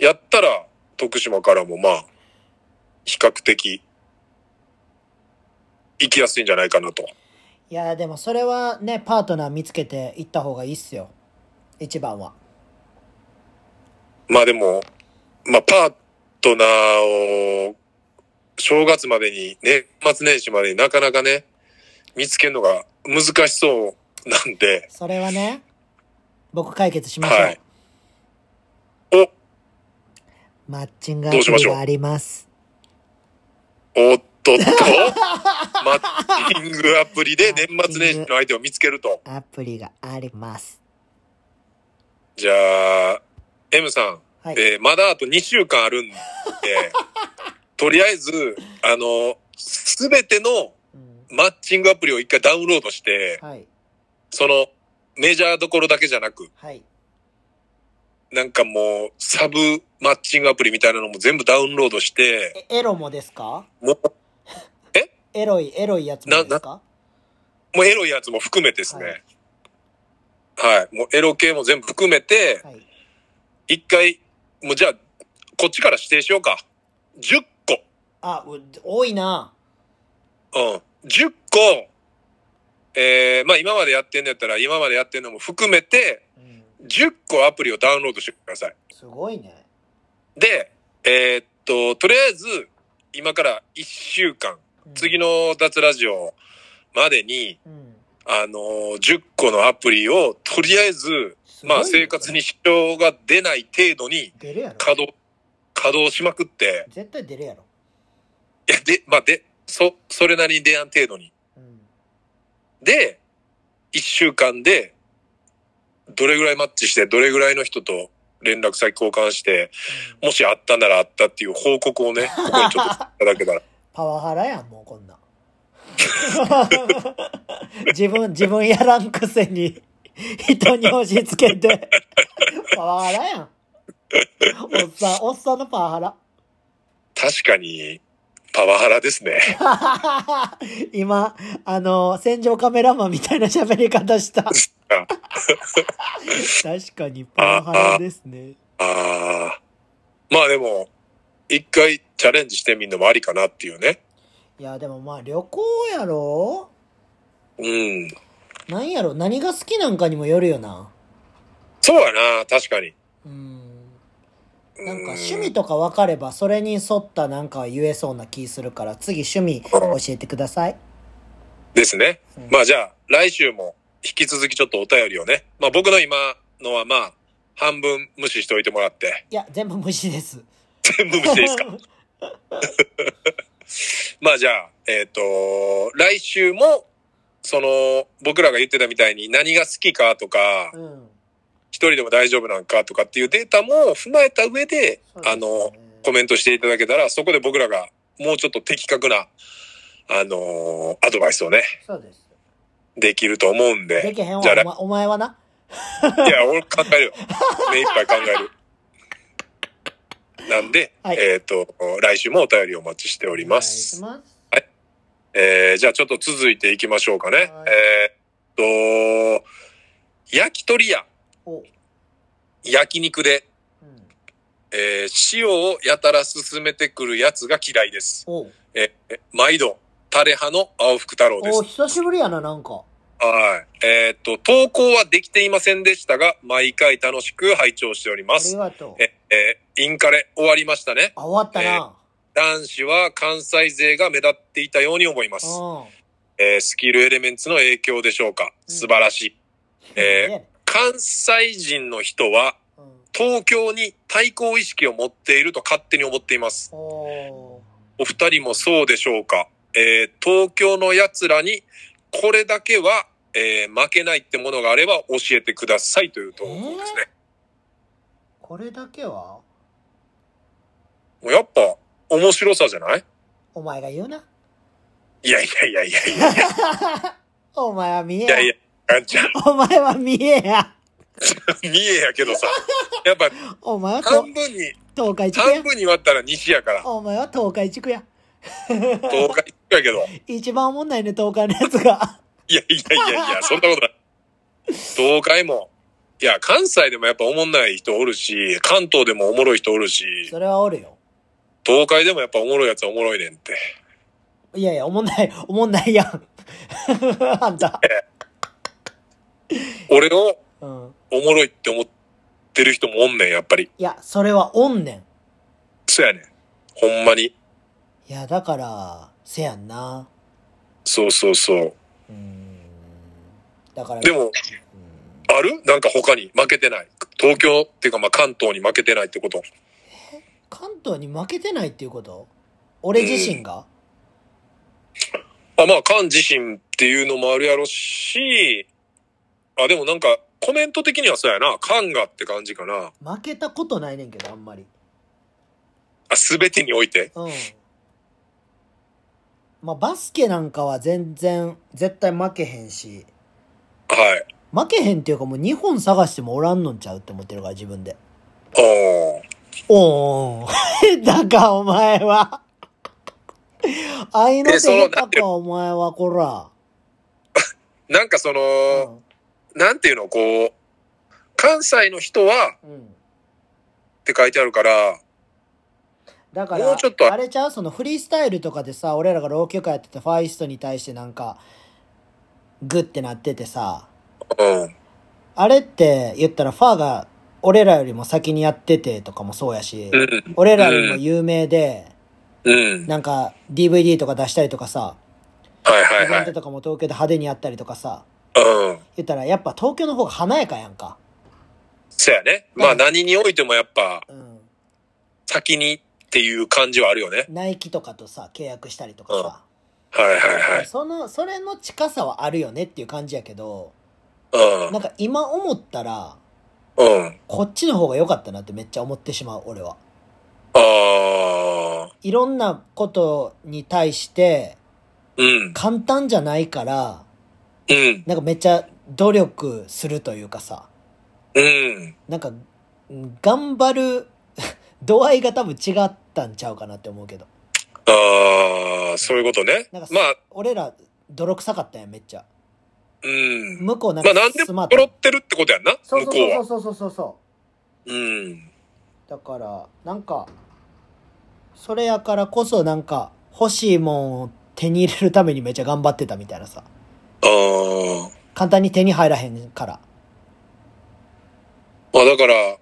[SPEAKER 2] やったら、徳島からもまあ、比較的、行きやすいんじゃないかなと。
[SPEAKER 1] いやでもそれはねパートナー見つけて行った方がいいっすよ一番は
[SPEAKER 2] まあでも、まあパートナーを、正月までに、ね、年末年始までになかなかね、見つけるのが難しそうなんで、
[SPEAKER 1] それはね僕解決しましょう、
[SPEAKER 2] はい。お、
[SPEAKER 1] マッチングアプリがあります
[SPEAKER 2] おっ とっと、マッチングアプリで年末年始の相手を見つけると。
[SPEAKER 1] アプリがあります
[SPEAKER 2] じゃあ、M さん、
[SPEAKER 1] はい、
[SPEAKER 2] えーまだあと2週間あるん で、とりあえず、あの、すべての
[SPEAKER 1] うん
[SPEAKER 2] マッチングアプリを一回ダウンロードして、
[SPEAKER 1] はい
[SPEAKER 2] その、メジャーどころだけじゃなく、
[SPEAKER 1] はい
[SPEAKER 2] なんかもう、サブマッチングアプリみたいなのも全部ダウンロードして、
[SPEAKER 1] えエロもですか
[SPEAKER 2] もう、
[SPEAKER 1] エロいエロいやつもですか
[SPEAKER 2] もうエロいやつも含めてですね。はい。もうエロ系も全部含めて、
[SPEAKER 1] はい
[SPEAKER 2] 一回、もうじゃあ、こっちから指定しようか。10個。
[SPEAKER 1] あう多いな
[SPEAKER 2] うん。10個、えー、まあ今までやってんのやったら、今までやってんのも含めて、
[SPEAKER 1] うん
[SPEAKER 2] 10個アプリをダウンロードしてください。
[SPEAKER 1] すごいね
[SPEAKER 2] で、えーっと、とりあえず、今から1週間、次
[SPEAKER 1] の
[SPEAKER 2] の脱ラジオまでに、
[SPEAKER 1] うん
[SPEAKER 2] あのー10個のアプリを、とりあえず、
[SPEAKER 1] すごいね
[SPEAKER 2] まあ生活に支障が出ない程度に、
[SPEAKER 1] 出るやろ
[SPEAKER 2] 稼働、稼働しまくって、
[SPEAKER 1] 絶対出るやろ
[SPEAKER 2] いや、で、まあ、で、そ、それなりに出やん程度に。
[SPEAKER 1] うん
[SPEAKER 2] で、一週間で、どれぐらいマッチして、どれぐらいの人と連絡先交換して、もしあったならあったっていう報告をね、ここにちょっといただけたら。
[SPEAKER 1] パワハラやんもうこん なん自分自分やらんくせに人に押し付けてパワハラやんおっさんおっさんのパワハラ
[SPEAKER 2] 確かに、パワハラですね。
[SPEAKER 1] 今あの戦場カメラマンみたいな喋り方した
[SPEAKER 2] あ
[SPEAKER 1] 確かにパワハラですね
[SPEAKER 2] あーまあでも、一回チャレンジしてみるのもありかなっていうね。
[SPEAKER 1] いやでもまあ旅行やろ
[SPEAKER 2] うん。
[SPEAKER 1] なんやろ何が好きなんかにもよるよな
[SPEAKER 2] そうやな、確かに。
[SPEAKER 1] うんなんか趣味とか分かればそれに沿ったなんか言えそうな気するから次趣味教えてください。
[SPEAKER 2] ですね
[SPEAKER 1] うん。
[SPEAKER 2] まあじゃあ、来週も引き続きちょっとお便りをね。まあ僕の今のはまあ、半分無視しておいてもらって。
[SPEAKER 1] いや、全部無視です。
[SPEAKER 2] 全部見せてい いですかまあじゃあ、えっ、と、来週も、その、僕らが言ってたみたいに何が好きかとか、
[SPEAKER 1] うん。
[SPEAKER 2] 一人でも大丈夫なんかとかっていうデータも踏まえた上で、あの、コメントしていただけたら、そこで僕らがもうちょっと的確な、あのーアドバイスをね、
[SPEAKER 1] そうです。
[SPEAKER 2] できると思うん
[SPEAKER 1] で
[SPEAKER 2] で。
[SPEAKER 1] きへんわ、
[SPEAKER 2] じゃあ
[SPEAKER 1] お前お前はな。
[SPEAKER 2] いや、俺考えるよ。 目いっぱい考える。なんで、
[SPEAKER 1] はい
[SPEAKER 2] えっ、と、来週もお便りお待ちしております。
[SPEAKER 1] お願いします。
[SPEAKER 2] えー、じゃあちょっと続いていきましょうかね。
[SPEAKER 1] はい
[SPEAKER 2] えーっと、焼き鳥屋、
[SPEAKER 1] お、うん。
[SPEAKER 2] 焼肉で、えー塩をやたら勧めてくるやつが嫌いです。
[SPEAKER 1] お、
[SPEAKER 2] えー、毎度、タレ派の青福太郎です
[SPEAKER 1] お、。久しぶりやな、なんか。
[SPEAKER 2] はい。えーっと、投稿はできていませんでしたが、毎回楽しく拝聴しており
[SPEAKER 1] あ
[SPEAKER 2] ま
[SPEAKER 1] り
[SPEAKER 2] す。
[SPEAKER 1] がとう。
[SPEAKER 2] え、えーインカレ終わりましたね。
[SPEAKER 1] あ、終わったな。
[SPEAKER 2] 男子は関西勢が目立っていたように思います。えースキルエレメンツの影響でしょうか。素晴らしい。
[SPEAKER 1] うん。
[SPEAKER 2] えー
[SPEAKER 1] ね
[SPEAKER 2] 関西人の人は
[SPEAKER 1] うん。
[SPEAKER 2] 東京に対抗意識を持っていると勝手に思っています。
[SPEAKER 1] おー
[SPEAKER 2] お二人もそうでしょうか。えー東京の奴らにこれだけは、えー負けないってものがあれば教えてくださいという投稿ですね。
[SPEAKER 1] これだけは
[SPEAKER 2] もうやっぱ面白さじゃない
[SPEAKER 1] お前が言うな。
[SPEAKER 2] いやいやいやいやい
[SPEAKER 1] お前は見え
[SPEAKER 2] やいやいや、じゃ あ
[SPEAKER 1] お前は見えや。
[SPEAKER 2] 三重やけどさ。やっぱ
[SPEAKER 1] お前はと
[SPEAKER 2] 半分に、
[SPEAKER 1] 東海地区や
[SPEAKER 2] 半。分に割ったら西やから、
[SPEAKER 1] お前は東海地区や。
[SPEAKER 2] 東海地区やけど。
[SPEAKER 1] 一番おもんないね、東海のやつ が。
[SPEAKER 2] いやいやいやいや、そんなことない。東海も。いや、関西でもやっぱおもんない人おるし、関東でもおもろい人おるし、
[SPEAKER 1] それはおるよ。
[SPEAKER 2] 東海でもやっぱおもろいやつはおもろいねんって。
[SPEAKER 1] いやいや、おもんない、おもんないやん。 あんた。
[SPEAKER 2] 俺を
[SPEAKER 1] うん。
[SPEAKER 2] おもろいって思ってる人もおんねん、やっぱり。
[SPEAKER 1] いや、それはおんねん。
[SPEAKER 2] そやねん。ほんまに。
[SPEAKER 1] いや、だから、せやんな。
[SPEAKER 2] そうそうそう
[SPEAKER 1] ーん。だから、
[SPEAKER 2] う。でも、
[SPEAKER 1] うん
[SPEAKER 2] あるなんか他に負けてない。東京っていうかまあ関東に負けてないってこと。
[SPEAKER 1] 関東に負けてないっていうこと俺自身が、
[SPEAKER 2] あまあ、菅自身っていうのもあるやろし、あ、でもなんか、コメント的にはそうやな。菅がって感じかな。
[SPEAKER 1] 負けたことないねんけど、あんまり。
[SPEAKER 2] あ、すべてにおいて。
[SPEAKER 1] うん。まあ、バスケなんかは全然、絶対負けへんし、
[SPEAKER 2] はい。
[SPEAKER 1] 負けへんっていうかもう2本探してもおらんのんちゃうって思ってるから、自分で。
[SPEAKER 2] おー
[SPEAKER 1] おーん。 だから、お前は。愛の手
[SPEAKER 2] その
[SPEAKER 1] 下
[SPEAKER 2] なん
[SPEAKER 1] 手
[SPEAKER 2] て
[SPEAKER 1] か、お前は、こら。
[SPEAKER 2] なんかその、
[SPEAKER 1] うん。
[SPEAKER 2] なんていうの、こう、関西の人は
[SPEAKER 1] うん。
[SPEAKER 2] って書いてあるから、
[SPEAKER 1] だか
[SPEAKER 2] も
[SPEAKER 1] ら
[SPEAKER 2] うちょっと、
[SPEAKER 1] あれちゃうそのフリースタイルとかでさ、俺らが老朽化やってたファイストに対してなんか、グってなっててさ、
[SPEAKER 2] うん。
[SPEAKER 1] あれって言ったらファーが俺らよりも先にやっててとかもそうやし、
[SPEAKER 2] うん。
[SPEAKER 1] 俺らよりも有名で、
[SPEAKER 2] うん。
[SPEAKER 1] なんか DVD とか出したりとかさ、
[SPEAKER 2] はいは
[SPEAKER 1] イ
[SPEAKER 2] い
[SPEAKER 1] ベ
[SPEAKER 2] は
[SPEAKER 1] ント
[SPEAKER 2] い。
[SPEAKER 1] とかも東京で派手にやったりとかさ、
[SPEAKER 2] うん。
[SPEAKER 1] 言ったらやっぱ東京の方が華やかやんか。
[SPEAKER 2] そやね。ま
[SPEAKER 1] う
[SPEAKER 2] あ
[SPEAKER 1] ん
[SPEAKER 2] 何においてもやっぱ、
[SPEAKER 1] うん。
[SPEAKER 2] 先にっていう感じはあるよね。
[SPEAKER 1] ナイキとかとさ、契約したりとかさ、
[SPEAKER 2] はいはい
[SPEAKER 1] その、それの近さはあるよねっていう感じやけど、
[SPEAKER 2] はい
[SPEAKER 1] なんか今思ったら、。
[SPEAKER 2] うん。うん。
[SPEAKER 1] こっちの方が良かったなってめっちゃ思ってしまう、俺は。
[SPEAKER 2] ああ。
[SPEAKER 1] いろんなことに対して、
[SPEAKER 2] うん。
[SPEAKER 1] 簡単じゃないから、
[SPEAKER 2] うん。
[SPEAKER 1] なんかめっちゃ努力するというかさ、
[SPEAKER 2] うん。
[SPEAKER 1] なんか、うん頑張る度合いが多分違ったんちゃうかなって思うけど。
[SPEAKER 2] ああ、そういうことね。
[SPEAKER 1] なんか
[SPEAKER 2] まあ、
[SPEAKER 1] 俺ら、泥臭かったやん、めっちゃ。
[SPEAKER 2] うん。
[SPEAKER 1] 向こうなん
[SPEAKER 2] ま
[SPEAKER 1] か
[SPEAKER 2] あ、なんで
[SPEAKER 1] スマ
[SPEAKER 2] も
[SPEAKER 1] ート
[SPEAKER 2] 揃ってるってことやんな、
[SPEAKER 1] そう
[SPEAKER 2] 向こう
[SPEAKER 1] そ
[SPEAKER 2] は
[SPEAKER 1] う。そうそうそうそう。
[SPEAKER 2] うん。
[SPEAKER 1] だからなんかそれやからこそなんか欲しいもんを手に入れるためにめっちゃ頑張ってたみたいなさ
[SPEAKER 2] ああ。
[SPEAKER 1] 簡単に手に入らへんから
[SPEAKER 2] まあ、だから、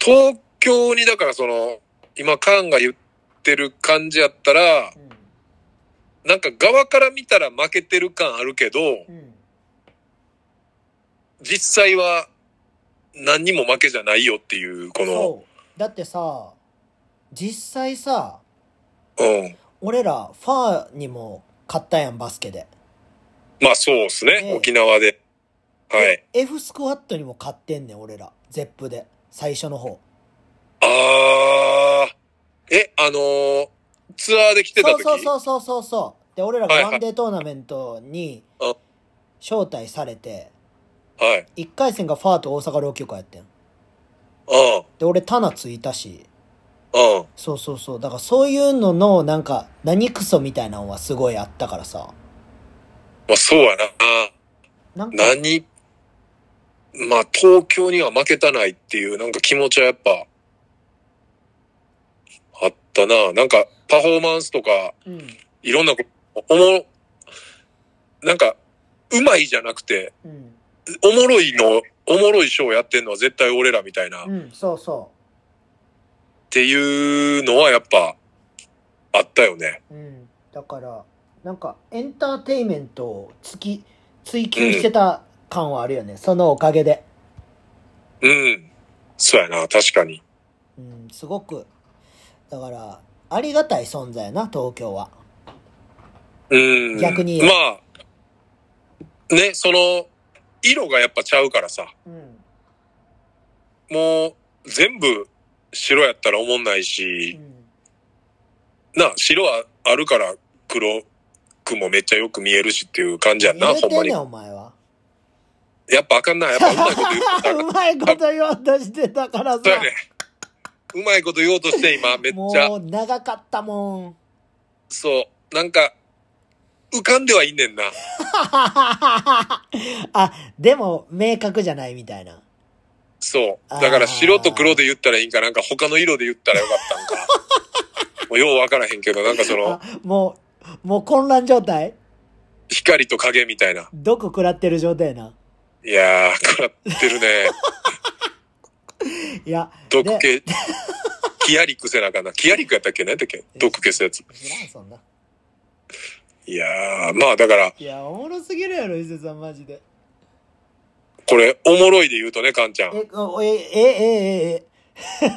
[SPEAKER 2] 東京に、だからその、今、カンが言ってる感じやったら、なんか側から見たら負けてる感あるけど、
[SPEAKER 1] ん、うん、
[SPEAKER 2] 実際は何にも負けじゃないよっていう、この、
[SPEAKER 1] そうだってさ実際さ、
[SPEAKER 2] うん。
[SPEAKER 1] 俺ら、ファーにも買ったやん、バスケで。
[SPEAKER 2] まあそうですね、
[SPEAKER 1] うん
[SPEAKER 2] 沖縄で。はい。
[SPEAKER 1] で F スクワットにも買ってんねん、俺ら。ゼップで。最初の方。
[SPEAKER 2] あー。え、あのーツアーで来てた
[SPEAKER 1] そう
[SPEAKER 2] 時
[SPEAKER 1] そうそうそうそうそう。で、俺らが
[SPEAKER 2] はいはい
[SPEAKER 1] ワンデートーナメントに
[SPEAKER 2] うん
[SPEAKER 1] 招待されて、
[SPEAKER 2] はい。
[SPEAKER 1] 1回戦がファーと大阪老朽化やってん。
[SPEAKER 2] うん。
[SPEAKER 1] で、俺、タナついたし、
[SPEAKER 2] うん。
[SPEAKER 1] そうそうそう。だからそういうのの、なんか、何クソみたいなのはすごいあったからさ。
[SPEAKER 2] まあそうやな。
[SPEAKER 1] なんか、
[SPEAKER 2] 何、まあ東京には負けたないっていうなんか気持ちはやっぱ、あったな。なんかパフォーマンスとか、
[SPEAKER 1] うん。
[SPEAKER 2] いろんなこと、おも、なんか、うまいじゃなくて、
[SPEAKER 1] うん。
[SPEAKER 2] おもろいの、おもろいショーやってんのは絶対俺らみたいな、っ
[SPEAKER 1] うん、そうそ
[SPEAKER 2] ていうのはやっぱ、あったよね。
[SPEAKER 1] う。うん。だから、なんか、エンターテイメントをつき、追求してた感はあるよね。そのおかげで。
[SPEAKER 2] うん。そうやな、確かに。
[SPEAKER 1] うん、すごく。だから、ありがたい存在やな、東京は。
[SPEAKER 2] うん。
[SPEAKER 1] 逆に
[SPEAKER 2] まあ、ね、その、色がやっぱちゃうからさ、
[SPEAKER 1] うん。
[SPEAKER 2] もう、全部、白やったらおもんないうし、
[SPEAKER 1] ん。
[SPEAKER 2] な、白はあるから黒くもめっちゃよく見えるしっていう感じやんな、
[SPEAKER 1] 言う
[SPEAKER 2] ほん
[SPEAKER 1] て
[SPEAKER 2] ま
[SPEAKER 1] ん
[SPEAKER 2] に
[SPEAKER 1] ね。ん、お前は。
[SPEAKER 2] やっぱあかんな、やっぱうまい こと言う。
[SPEAKER 1] うまいこと言おうとしてたからさ
[SPEAKER 2] そう。やね。うまいこと言おうとして今、めっちゃ
[SPEAKER 1] も、う、長かったもん。
[SPEAKER 2] そう、なんか、浮かんではいんねんな。
[SPEAKER 1] あ、でも、明確じゃないみたいな。
[SPEAKER 2] そう。
[SPEAKER 1] あー
[SPEAKER 2] だから白と黒で言ったらいいんか、なんか他の色で言ったらよかったんか。 もうようわからへんけど、なんかその
[SPEAKER 1] あ、もう、もう混乱状態
[SPEAKER 2] 光と影みたいな。
[SPEAKER 1] 毒食らってる状態やな。
[SPEAKER 2] いやー、食らってるね。
[SPEAKER 1] いや、
[SPEAKER 2] 毒気。キアリクせなあかんな。キアリクやったっけ何やったっけ毒消すやつ。
[SPEAKER 1] 知らん、そんな。
[SPEAKER 2] いやー、まあだから、
[SPEAKER 1] いや、おもろすぎるやろ、伊勢さん、マジで。
[SPEAKER 2] これ、おもろいで言うとね、カンちゃん。
[SPEAKER 1] え、おえ、え、え、え、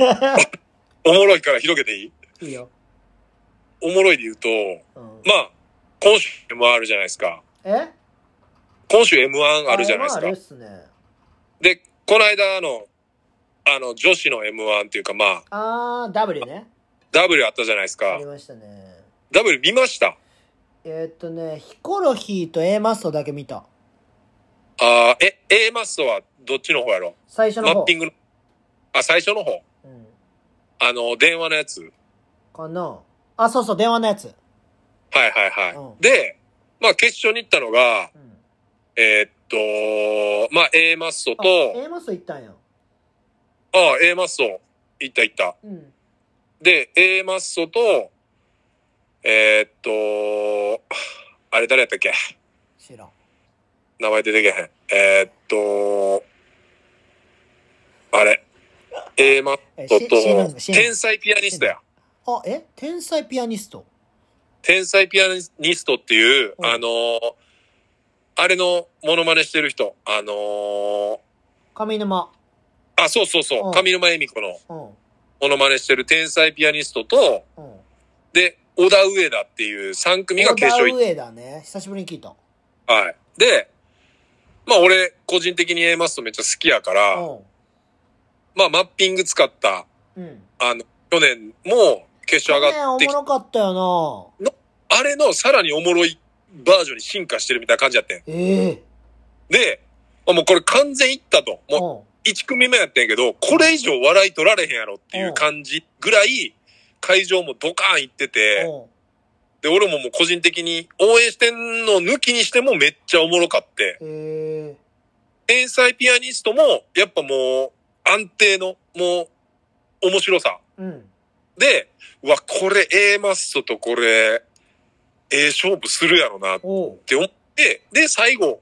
[SPEAKER 2] おもろいから広げていい
[SPEAKER 1] え、いいよ。
[SPEAKER 2] おもろいで言うと、
[SPEAKER 1] うん、
[SPEAKER 2] まあ、今週 M1 あるじゃないですか。
[SPEAKER 1] え
[SPEAKER 2] 今週 M1 あるじゃないで
[SPEAKER 1] あまあ
[SPEAKER 2] す
[SPEAKER 1] あ
[SPEAKER 2] か
[SPEAKER 1] るっ。すね。
[SPEAKER 2] で、この間あの、あの、女子の M1 っていうかまあ、
[SPEAKER 1] あー、W ね。
[SPEAKER 2] W あったじゃないです
[SPEAKER 1] あ
[SPEAKER 2] か
[SPEAKER 1] り。ましたね。
[SPEAKER 2] W 見ました
[SPEAKER 1] えーっとね、ヒコロヒーと A マッソだけ見た。
[SPEAKER 2] あーえ、A マッソはどっちの方やろ
[SPEAKER 1] 最初の
[SPEAKER 2] マ
[SPEAKER 1] 方。
[SPEAKER 2] ッピングの、あ、最初の方
[SPEAKER 1] うん。
[SPEAKER 2] あの、電話のやつ
[SPEAKER 1] かなあ、そうそう、電話のやつ。
[SPEAKER 2] はいはいはい。
[SPEAKER 1] うん
[SPEAKER 2] で、まあ決勝に行ったのが、
[SPEAKER 1] うん。
[SPEAKER 2] えーっと、まあ A マッソ
[SPEAKER 1] あ
[SPEAKER 2] と、
[SPEAKER 1] A マッソ行ったんや。
[SPEAKER 2] ああ A マッソ、行った行った。
[SPEAKER 1] うん。
[SPEAKER 2] で、A マッソと、えーっと、あれ誰やったっけ
[SPEAKER 1] 知らん。
[SPEAKER 2] 名前出てけへん。えーっと、あれ。A マッ
[SPEAKER 1] え、
[SPEAKER 2] ソ
[SPEAKER 1] し知らん
[SPEAKER 2] と、
[SPEAKER 1] 知らん
[SPEAKER 2] 天才ピアニストや。
[SPEAKER 1] あ、え天才ピアニスト。
[SPEAKER 2] 天才ピアニストっていう、
[SPEAKER 1] うん
[SPEAKER 2] あのーあれのモノマネしてる人。あのー
[SPEAKER 1] 上沼。
[SPEAKER 2] あ、そうそう
[SPEAKER 1] う
[SPEAKER 2] そ
[SPEAKER 1] ん
[SPEAKER 2] う。上沼恵美子の
[SPEAKER 1] うん。
[SPEAKER 2] モノマネしてる天才ピアニストと、
[SPEAKER 1] うん。
[SPEAKER 2] で、小田上田っていう3組が決勝行っ
[SPEAKER 1] オダウエだね。久しぶりに聞いた。
[SPEAKER 2] はい。で、まあ俺、個人的に A マストめっちゃ好きやから、
[SPEAKER 1] う
[SPEAKER 2] まあマッピング使った、
[SPEAKER 1] ん。うん。
[SPEAKER 2] あの、去年も決勝上
[SPEAKER 1] ねえ
[SPEAKER 2] が
[SPEAKER 1] お
[SPEAKER 2] ってき
[SPEAKER 1] も
[SPEAKER 2] て、
[SPEAKER 1] ろかったよ
[SPEAKER 2] あれのさらにおもろいバージョンに進化してるみたいな感じやってん。
[SPEAKER 1] な。ええ
[SPEAKER 2] で、あもうこれ完全いったと。
[SPEAKER 1] うん。
[SPEAKER 2] もう1組目やってんけど、これ以上笑い取られへんやろっていう感じぐらい、会場もドカーン行ってて、
[SPEAKER 1] うん
[SPEAKER 2] で、俺ももう個人的に応援してんの抜きにしてもめっちゃおもろかって。
[SPEAKER 1] ええ
[SPEAKER 2] 天才ピアニストも、やっぱもう、安定の、もう、面白さ。
[SPEAKER 1] うん。
[SPEAKER 2] で、うわ、これ A マッソとこれ、ええ勝負するやろなっ
[SPEAKER 1] おう。
[SPEAKER 2] て思って、で、最後、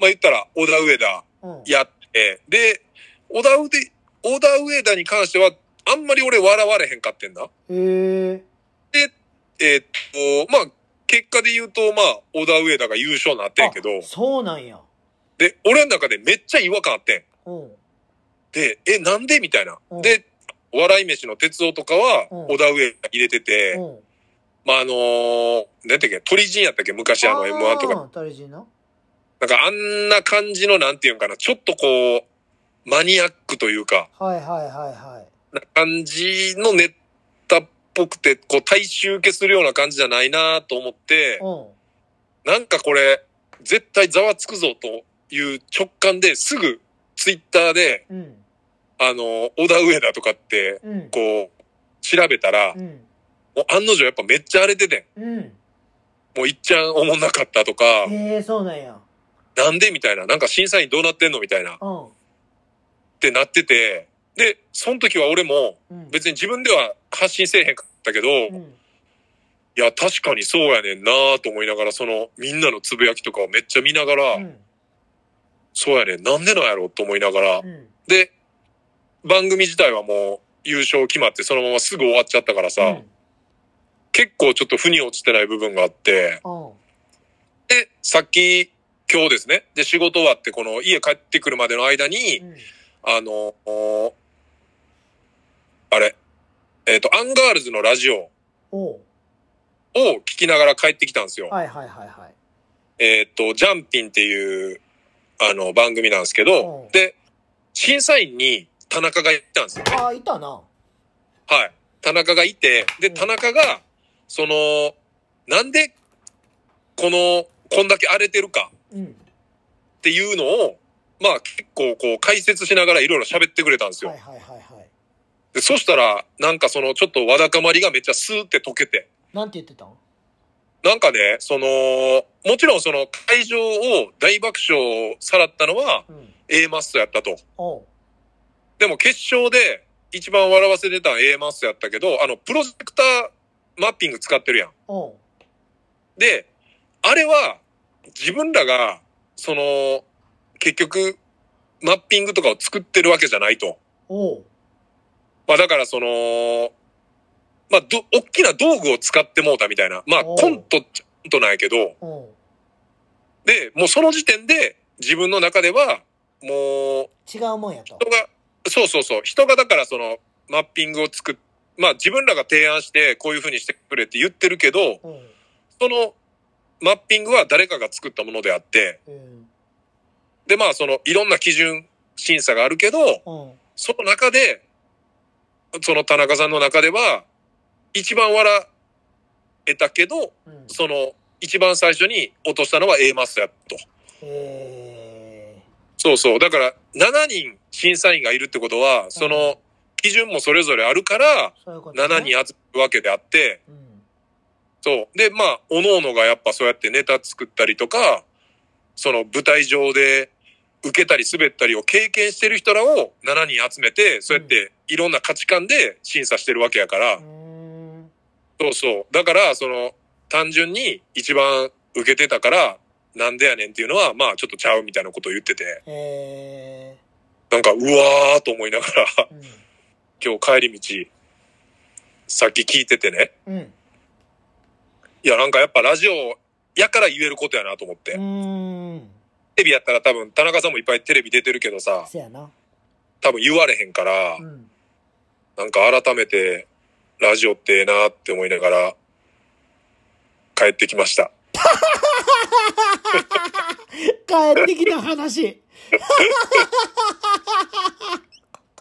[SPEAKER 2] まあ言ったら、小田上田
[SPEAKER 1] うん。
[SPEAKER 2] やって、で、小田上小田上田に関しては、あんまり俺笑われへんかってんな。
[SPEAKER 1] ええ
[SPEAKER 2] えーっと、まあ、結果で言うと、まあ、小田上田が優勝なってんけど、
[SPEAKER 1] あそうなんや。
[SPEAKER 2] で、俺の中でめっちゃ違和感あってん。
[SPEAKER 1] うん。
[SPEAKER 2] で、え、なんでみたいな
[SPEAKER 1] うん。
[SPEAKER 2] で、お笑い飯の哲夫とかは、
[SPEAKER 1] うん
[SPEAKER 2] 小田上が入れてて、
[SPEAKER 1] うん。
[SPEAKER 2] まあ、あのー、なんてっけ、鳥人やったっけ昔あの M1 とか。
[SPEAKER 1] か。誰人な
[SPEAKER 2] なんかあんな感じの、なんていうんかな、ちょっとこう、マニアックというか、
[SPEAKER 1] はいはいはいはい。
[SPEAKER 2] な感じのネタっぽくて、こう、大衆受けするような感じじゃないなと思って、
[SPEAKER 1] うん。
[SPEAKER 2] なんかこれ、絶対ざわつくぞという直感ですぐ、ツイッターで、
[SPEAKER 1] うん。
[SPEAKER 2] あの、小田上田とかって、
[SPEAKER 1] うん。
[SPEAKER 2] こう、調べたら
[SPEAKER 1] う、ん。
[SPEAKER 2] もう案の定やっぱめっちゃ荒れててん。
[SPEAKER 1] うん。
[SPEAKER 2] もういっちゃんおもんなかったとか、
[SPEAKER 1] ええ、そうなんや。
[SPEAKER 2] なんでみたいな、なんか審査員どうなってんのみたいな、っ
[SPEAKER 1] うん。
[SPEAKER 2] てなってて、で、その時は俺も、
[SPEAKER 1] うん。
[SPEAKER 2] 別に自分では発信せえへんかったけど、
[SPEAKER 1] う
[SPEAKER 2] い
[SPEAKER 1] ん。
[SPEAKER 2] や、確かにそうやねんなと思いながら、その、みんなのつぶやきとかをめっちゃ見ながら、
[SPEAKER 1] うん。
[SPEAKER 2] そうやねん、なんでなんやろと思いながら、
[SPEAKER 1] うん。
[SPEAKER 2] で、番組自体はもう優勝決まって、そのまますぐ終わっちゃったからさ、
[SPEAKER 1] うん。
[SPEAKER 2] 結構ちょっと腑に落ちてない部分があって、
[SPEAKER 1] うん。
[SPEAKER 2] で、さっき、今日ですね。で、仕事終わって、この家帰ってくるまでの間に、
[SPEAKER 1] うん
[SPEAKER 2] あの、おあれ、えっ、と、アンガールズのラジオを
[SPEAKER 1] おう。
[SPEAKER 2] 聞きながら帰ってきたんですよ。
[SPEAKER 1] はいはいはいはい。
[SPEAKER 2] えっ、と、ジャンピンっていう、あの、番組なんですけ
[SPEAKER 1] う
[SPEAKER 2] ど
[SPEAKER 1] ん、
[SPEAKER 2] で、審査員に田中がいたんですよね。
[SPEAKER 1] ああ、いたな。
[SPEAKER 2] はい。田中がいて、で、
[SPEAKER 1] うん
[SPEAKER 2] 田中が、その、なんで、この、こんだけ荒れてるか
[SPEAKER 1] うん。
[SPEAKER 2] っていうのを、まあ結構こう解説しながらいろいろ喋ってくれたんですよ。
[SPEAKER 1] はいはいはいはい。
[SPEAKER 2] でそしたら、なんかそのちょっとわだかまりがめっちゃスーって溶けて、
[SPEAKER 1] なんて言ってたん
[SPEAKER 2] なんかね、その、もちろんその会場を大爆笑さらったのは
[SPEAKER 1] うん。
[SPEAKER 2] A マストやったと。
[SPEAKER 1] おう。
[SPEAKER 2] でも決勝で一番笑わせてたのは A マストやったけど、あの、プロジェクターマッピング使ってるやん。
[SPEAKER 1] おう。
[SPEAKER 2] で、あれは自分らが、その、結局、マッピングとかを作ってるわけじゃないと。
[SPEAKER 1] おう。
[SPEAKER 2] まあだからその、まあど、大きな道具を使ってもうたみたいな。まあ
[SPEAKER 1] おう
[SPEAKER 2] コント、ちゃんとなんやけど、
[SPEAKER 1] おう。
[SPEAKER 2] で、もうその時点で自分の中では、もう、
[SPEAKER 1] 違うもんやと。
[SPEAKER 2] 人が、そうそうそう、人がだからその、マッピングを作っ、まあ自分らが提案して、こういう風にしてくれって言ってるけど、
[SPEAKER 1] うん。
[SPEAKER 2] その、マッピングは誰かが作ったものであって、
[SPEAKER 1] うん。
[SPEAKER 2] で、まあその、いろんな基準、審査があるけど、
[SPEAKER 1] うん。
[SPEAKER 2] その中で、その田中さんの中では、一番笑えたけど、
[SPEAKER 1] うん。
[SPEAKER 2] その、一番最初に落としたのは A マスやと。
[SPEAKER 1] え
[SPEAKER 2] そうそう。だから、7人審査員がいるってことは、その、基準もそれぞれあるから、
[SPEAKER 1] ー、そういうこと、ね。
[SPEAKER 2] 7人集むわけであって、
[SPEAKER 1] うん。
[SPEAKER 2] そう。で、まあ、各々がやっぱそうやってネタ作ったりとか、その舞台上で受けたり滑ったりを経験してる人らを7人集めて、そうやっていろんな価値観で審査してるわけやから、
[SPEAKER 1] うーん。
[SPEAKER 2] そうそう。だから、その、単純に一番受けてたから、なんでやねんっていうのは、まあ、ちょっとちゃうみたいなことを言ってて、
[SPEAKER 1] え
[SPEAKER 2] なんか、うわーと思いながら、
[SPEAKER 1] ー、
[SPEAKER 2] 今日帰り道、さっき聞いててね、
[SPEAKER 1] うん。うん。
[SPEAKER 2] いや、なんかやっぱラジオやから言えることやなと思って。
[SPEAKER 1] うーん。
[SPEAKER 2] テレビやったら多分、田中さんもいっぱいテレビ出てるけどさ、
[SPEAKER 1] せやな。
[SPEAKER 2] 多分言われへんから、
[SPEAKER 1] うん。
[SPEAKER 2] なんか改めて、ラジオってええなって思いながら、帰ってきました。
[SPEAKER 1] 帰ってきた話。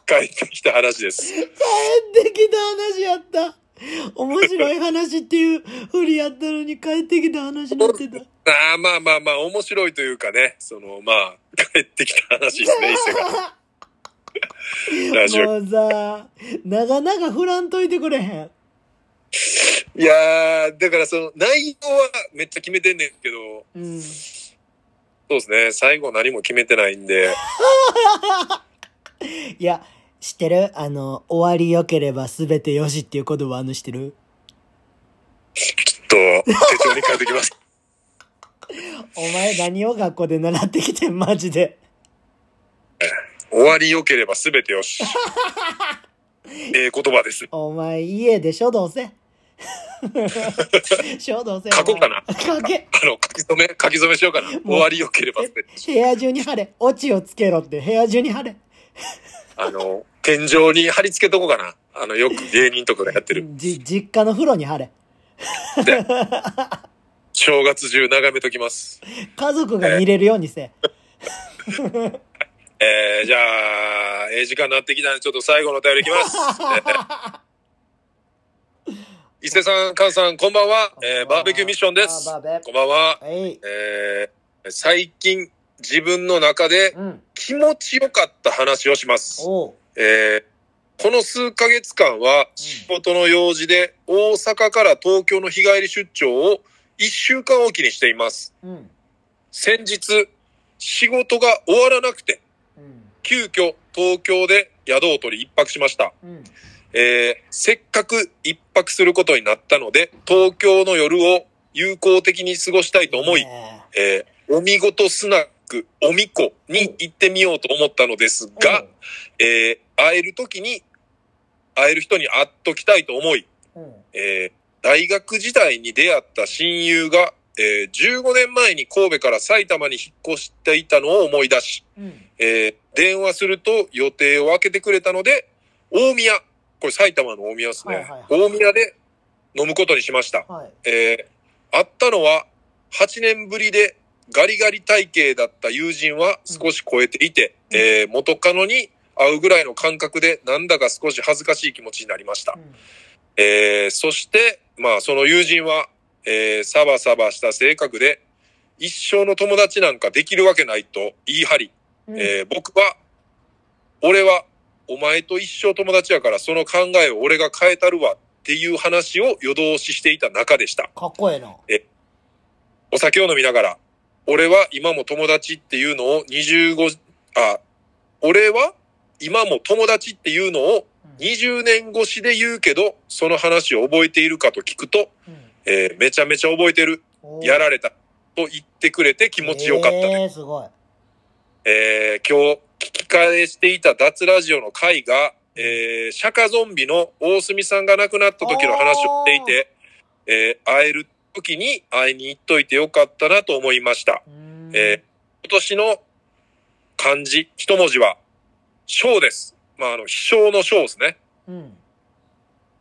[SPEAKER 2] 帰ってきた話です。
[SPEAKER 1] 帰ってきた話やった。面白い話っていうふりやったのに帰ってきた話になってた。
[SPEAKER 2] ああ、まあまあまあ、面白いというかね、その、まあ、帰ってきた話ですね、伊 勢が。ラジオ。
[SPEAKER 1] もうさ、長々振らんといてくれへん。
[SPEAKER 2] いやー、だからその、内容はめっちゃ決めてんねんけど、
[SPEAKER 1] うん。
[SPEAKER 2] そうですね、最後何も決めてないんで、
[SPEAKER 1] いや、知ってるあの、終わり良ければ全て良しっていう言葉あの知ってる
[SPEAKER 2] ちょっと、手帳に書いてきます。
[SPEAKER 1] お前何を学校で習ってきてん、マジで。
[SPEAKER 2] 終わり良ければ全てよし。ええ言葉です。
[SPEAKER 1] お前家で書道 せ。書道せ。
[SPEAKER 2] 書こうかな
[SPEAKER 1] お前書け。
[SPEAKER 2] あの、書き初め、書き初めしようかな。終わり良ければ全て。
[SPEAKER 1] 部屋中に貼れ。オチをつけろって部屋中に貼れ。
[SPEAKER 2] あの、天井に貼り付けとこうかな。あの、よく芸人とかがやってる。
[SPEAKER 1] じ、実家の風呂に貼れ。
[SPEAKER 2] 正月中眺めときます。
[SPEAKER 1] 家族が見れるようにせ。
[SPEAKER 2] えー、じゃあ、ええ時間になってきたんで、ちょっと最後のお便りいき ます。伊勢さん、菅さん、こんばんは。 えー、バーベキューミッションです。
[SPEAKER 1] あーバーベ
[SPEAKER 2] こんばんは。
[SPEAKER 1] はい。
[SPEAKER 2] えー、最近、自分の中で
[SPEAKER 1] うん。
[SPEAKER 2] 気持ちよかった話をします。
[SPEAKER 1] おう。
[SPEAKER 2] えー、この数ヶ月間は仕事の用事で大阪から東京の日帰り出張を1週間おきにしています。
[SPEAKER 1] うん。
[SPEAKER 2] 先日、仕事が終わらなくて、
[SPEAKER 1] うん。
[SPEAKER 2] 急遽東京で宿を取り一泊しました。
[SPEAKER 1] うん。
[SPEAKER 2] えーせっかく一泊することになったので、東京の夜を有効的に過ごしたいと思い、
[SPEAKER 1] ね
[SPEAKER 2] えーお見事スナック、おみこに行ってみようと思ったのです
[SPEAKER 1] え
[SPEAKER 2] が、えー会える時に、会える人に会っときたいと思い、
[SPEAKER 1] うん。うん
[SPEAKER 2] えー大学時代に出会った親友が、えー15年前に神戸から埼玉に引っ越していたのを思い出し、
[SPEAKER 1] うん。
[SPEAKER 2] えー電話すると予定を空けてくれたので、大宮、これ埼玉の大宮ですね。
[SPEAKER 1] はいはい
[SPEAKER 2] 大宮で飲むことにしました。
[SPEAKER 1] はい。
[SPEAKER 2] えー会ったのは8年ぶりでガリガリ体型だった友人は少し超えていて、
[SPEAKER 1] うん
[SPEAKER 2] えー元カノに会うぐらいの感覚でなんだか少し恥ずかしい気持ちになりました。
[SPEAKER 1] うん。
[SPEAKER 2] えーそして、まあ、その友人は、えーサバサバした性格で、一生の友達なんかできるわけないと言い張り、
[SPEAKER 1] うん
[SPEAKER 2] えー僕は、俺は、お前と一生友達やから、その考えを俺が変えたるわっていう話を夜通ししていた中でした。
[SPEAKER 1] かっこええな。
[SPEAKER 2] お酒を飲みながら、俺は今も友達っていうのを25、あ、俺は今も友達っていうのを
[SPEAKER 1] うん
[SPEAKER 2] 20年越しで言うけど、その話を覚えているかと聞くと、
[SPEAKER 1] うん
[SPEAKER 2] えーめちゃめちゃ覚えてる、
[SPEAKER 1] おう
[SPEAKER 2] やられた、と言ってくれて気持ちよかったです。
[SPEAKER 1] えー、すごい。
[SPEAKER 2] えー今日聞き返していた脱ラジオの回が、えー釈迦ゾンビの大隅さんが亡くなった時の話をしていて、えー会える時に会いに行っといてよかったなと思いました。
[SPEAKER 1] うーん
[SPEAKER 2] え今年の漢字、一文字は、章です。まあ、あの、飛翔の章ですね。
[SPEAKER 1] うん。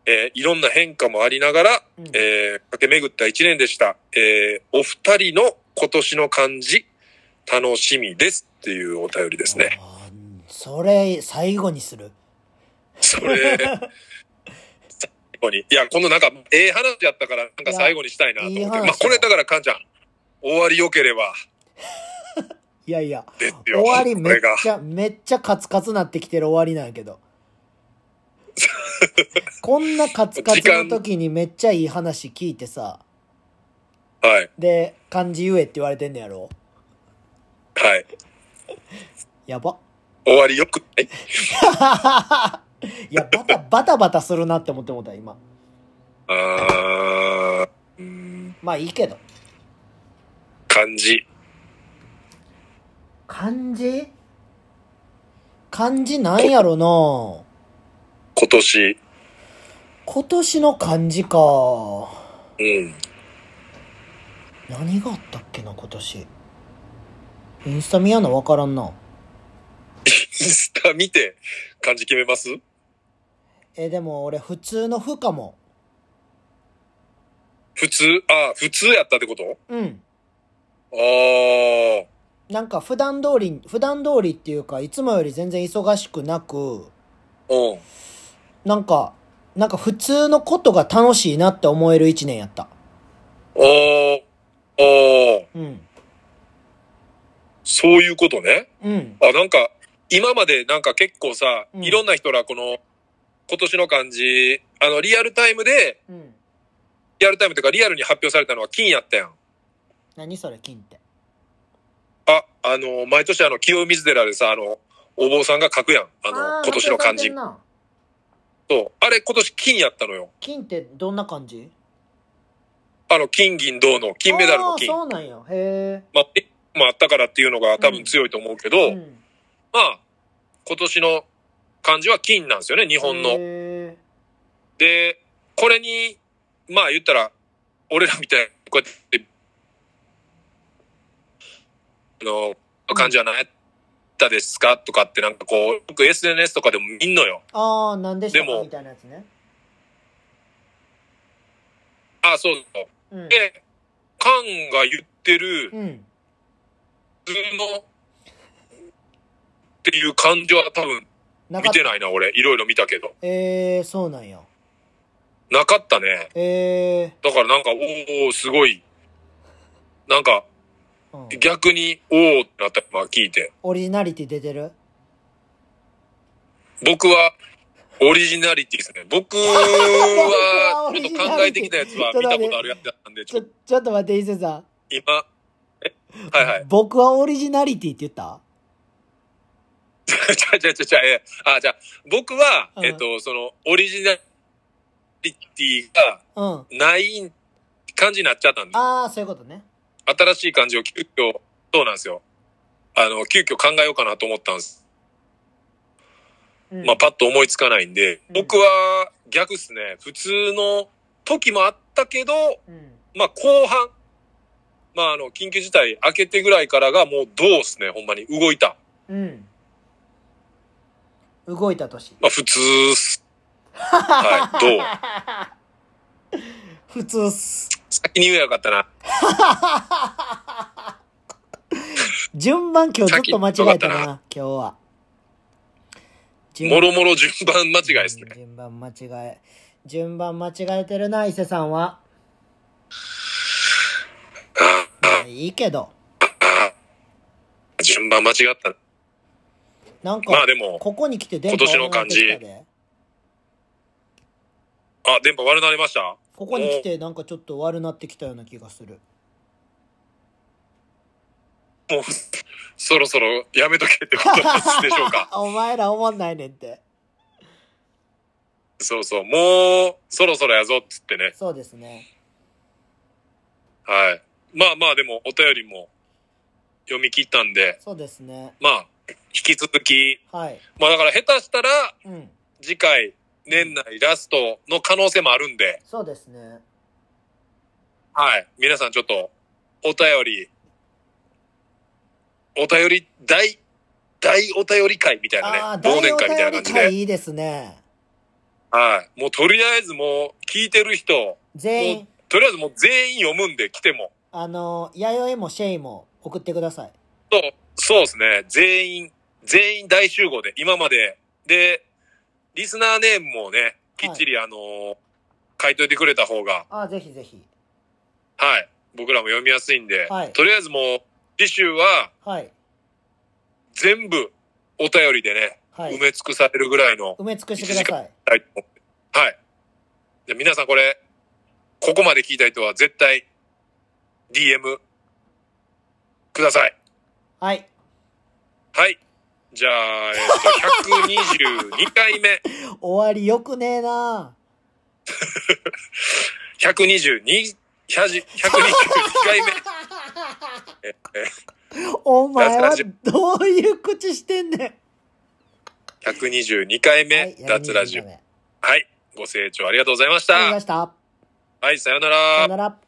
[SPEAKER 2] えーいろんな変化もありながら、
[SPEAKER 1] うん
[SPEAKER 2] えー駆け巡った一年でした。えーお二人の今年の漢字、楽しみですっていうお便りですね。
[SPEAKER 1] あー。それ、最後にする。
[SPEAKER 2] それ、最後に。いや、このなんか、ええ話やったから、なんか最後にしたいなと
[SPEAKER 1] い
[SPEAKER 2] 思って。
[SPEAKER 1] やいい話
[SPEAKER 2] まあ、これだから、かんちゃん、終わり良ければ、
[SPEAKER 1] いやいや。
[SPEAKER 2] ですよ。
[SPEAKER 1] 終わり
[SPEAKER 2] こ
[SPEAKER 1] めっ
[SPEAKER 2] れが。
[SPEAKER 1] ちゃ、めっちゃカツカツなってきてる終わりなんやけ ど。こんなカツカツの時にめっちゃいい話聞いてさ、
[SPEAKER 2] はい、
[SPEAKER 1] で、漢字言えって言われてんねやろ。
[SPEAKER 2] はい。
[SPEAKER 1] やば。
[SPEAKER 2] 終わりよくない。
[SPEAKER 1] いや、バタ、バタバタするなって思ってもうた、今。
[SPEAKER 2] あーうーん、
[SPEAKER 1] まあいいけど。
[SPEAKER 2] 漢字。
[SPEAKER 1] 漢字漢字なんやろな
[SPEAKER 2] 今年。
[SPEAKER 1] 今年の漢字か。
[SPEAKER 2] うん。
[SPEAKER 1] 何があったっけな、今年。インスタ見やな、わからんな。
[SPEAKER 2] インスタ見て、漢字決めます
[SPEAKER 1] え、でも俺、普通の負かも。
[SPEAKER 2] 普通ああ、普通やったってこと
[SPEAKER 1] うん。
[SPEAKER 2] ああ。
[SPEAKER 1] なんか普段通り、普段通りっていうか、いつもより全然忙しくなく、
[SPEAKER 2] うん。
[SPEAKER 1] なんか、なんか普通のことが楽しいなって思える一年やった。
[SPEAKER 2] あーあー。
[SPEAKER 1] うん。
[SPEAKER 2] そういうことね。
[SPEAKER 1] うん。
[SPEAKER 2] あ、なんか、今までなんか結構さ、
[SPEAKER 1] うん
[SPEAKER 2] いろんな人らこの、今年の漢字、あの、リアルタイムで、
[SPEAKER 1] うん。
[SPEAKER 2] リアルタイムというかリアルに発表されたのは金やったやん。
[SPEAKER 1] 何それ、金って。
[SPEAKER 2] あ、あの、毎年あの、清水寺でさ、あの、お坊さんが書くやん。あの、
[SPEAKER 1] ー
[SPEAKER 2] 今年の漢
[SPEAKER 1] 発表されて
[SPEAKER 2] 字
[SPEAKER 1] ん。な
[SPEAKER 2] そう。あれ、今年金やったのよ。
[SPEAKER 1] 金ってどんな感じ
[SPEAKER 2] あの、金銀銅の、金メダルの金
[SPEAKER 1] あ。ーそうなんや。へ
[SPEAKER 2] まあ、えまああったからっていうのが多分強いと思うけど、
[SPEAKER 1] え。うん
[SPEAKER 2] まあ、今年の漢字は金なんですよね、日本の。
[SPEAKER 1] へ
[SPEAKER 2] で、これに、まあ言ったら、俺らみたいに、こうやって、あの、漢字は何やったですかとかってなんかこう、僕 SNS とかでも見んのよ。
[SPEAKER 1] ああ、なんでした
[SPEAKER 2] で
[SPEAKER 1] か
[SPEAKER 2] も
[SPEAKER 1] みたいなやつね。
[SPEAKER 2] あ、そうそう。
[SPEAKER 1] うん。
[SPEAKER 2] で、カンが言ってる
[SPEAKER 1] うん。
[SPEAKER 2] 普通のっていう感じは多分
[SPEAKER 1] なか
[SPEAKER 2] 見
[SPEAKER 1] ってた。
[SPEAKER 2] ないな、俺。いろいろ見たけど。
[SPEAKER 1] えー、そうなんや。
[SPEAKER 2] なかったね。
[SPEAKER 1] え
[SPEAKER 2] だからなんか、おおすごい。なんか、
[SPEAKER 1] ー、うん、
[SPEAKER 2] 逆に、おおってなった、まあ聞いて。
[SPEAKER 1] オリジナリティ出てる
[SPEAKER 2] 僕は、オリジナリティですね。僕は、ちょっと考えてきたやつは見たことあるやつだったんで、ち
[SPEAKER 1] ち
[SPEAKER 2] ょっ
[SPEAKER 1] ょ、ちょっと待って、伊勢さん。
[SPEAKER 2] と今、え、はいはい。
[SPEAKER 1] 僕はオリジナリティって言った
[SPEAKER 2] じゃあじゃあじゃあじゃあえあ、じゃあ僕は、
[SPEAKER 1] うん
[SPEAKER 2] えっと、その、オリジナリティが
[SPEAKER 1] うん。
[SPEAKER 2] ない感じになっちゃったんで、
[SPEAKER 1] ああ、そういうことね。
[SPEAKER 2] 新しい感じを急遽、そうなんですよ。あの、急遽考えようかなと思ったんです。
[SPEAKER 1] うん、
[SPEAKER 2] まあ、パッと思いつかないんで、
[SPEAKER 1] うん
[SPEAKER 2] 僕は逆っすね。普通の時もあったけど、
[SPEAKER 1] うん。
[SPEAKER 2] まあ、後半、まあ、あの、緊急事態明けてぐらいからがもうどうっすね、ほんまに。動いた。
[SPEAKER 1] うん。動いた年。
[SPEAKER 2] まあ、普通 っす。はい、どう
[SPEAKER 1] 普通っす。
[SPEAKER 2] 先に言えばよかったな。
[SPEAKER 1] 順番今日ずっと間違えたな、
[SPEAKER 2] 先
[SPEAKER 1] 今日は。順
[SPEAKER 2] もろもろ順番間違いですね。
[SPEAKER 1] 順番間違え。順番間違えてるな、伊勢さんは。いやいいけど。
[SPEAKER 2] 順番間違ったな。
[SPEAKER 1] なんか、
[SPEAKER 2] まあでも、
[SPEAKER 1] ここに来て電
[SPEAKER 2] 今年の感じ
[SPEAKER 1] 悪くなってきたで
[SPEAKER 2] あ、電波悪なりました
[SPEAKER 1] ここに来てなんかちょっと悪なってきたような気がする。。
[SPEAKER 2] もう、そろそろやめとけってことなんでしょうか
[SPEAKER 1] お前ら思んないねんって。
[SPEAKER 2] そうそう、もう、そろそろやぞっつってね。
[SPEAKER 1] そうですね。
[SPEAKER 2] はい。まあまあ、でも、お便りも読み切ったんで、
[SPEAKER 1] そうですね。
[SPEAKER 2] まあ、引き続き、
[SPEAKER 1] はい。
[SPEAKER 2] まあだから下手したら、
[SPEAKER 1] うん。
[SPEAKER 2] 次回、年内ラストの可能性もあるんで、
[SPEAKER 1] そうですね。
[SPEAKER 2] はい。皆さんちょっと、お便り、お便り、大、大お便り会みたいなね
[SPEAKER 1] ああ、、
[SPEAKER 2] 忘
[SPEAKER 1] 大
[SPEAKER 2] 年
[SPEAKER 1] お
[SPEAKER 2] 会みたいな
[SPEAKER 1] 便り
[SPEAKER 2] 感じ
[SPEAKER 1] 会
[SPEAKER 2] で。
[SPEAKER 1] いいですね。
[SPEAKER 2] はい。もうとりあえずもう、聞いてる人、
[SPEAKER 1] 全員、
[SPEAKER 2] とりあえずもう全員読むんで来ても。
[SPEAKER 1] あの、弥生もシェイも送ってください。
[SPEAKER 2] そう、そうですね。全員、全員大集合で、今まで。で、リスナーネームもね、きっちり、あのー書いといてくれた方が、
[SPEAKER 1] ああ、ぜひぜひ。
[SPEAKER 2] はい。僕らも読みやすいんで、
[SPEAKER 1] はい
[SPEAKER 2] とりあえずもう、次週は
[SPEAKER 1] はい。
[SPEAKER 2] 全部お便りでね、
[SPEAKER 1] はい
[SPEAKER 2] 埋。め尽くされるぐらいの、
[SPEAKER 1] 埋め尽くしてください。
[SPEAKER 2] はい。はい。じゃあ皆さんこれ、ここまで聞いた人は絶対、DM、ください。
[SPEAKER 1] はい。
[SPEAKER 2] はい。じゃあ、えっと、122回目。
[SPEAKER 1] 終わりよくねえな
[SPEAKER 2] 122、122回目。
[SPEAKER 1] お前は
[SPEAKER 2] 脱ラ
[SPEAKER 1] どういう口してんね
[SPEAKER 2] 122回
[SPEAKER 1] ん。
[SPEAKER 2] 目、
[SPEAKER 1] はい
[SPEAKER 2] 脱ラジ
[SPEAKER 1] や
[SPEAKER 2] オ
[SPEAKER 1] り。まし
[SPEAKER 2] はい。ご清聴ありがとうございまし
[SPEAKER 1] たありがとうございまし
[SPEAKER 2] た。
[SPEAKER 1] た。
[SPEAKER 2] はい、さよう
[SPEAKER 1] さよなら。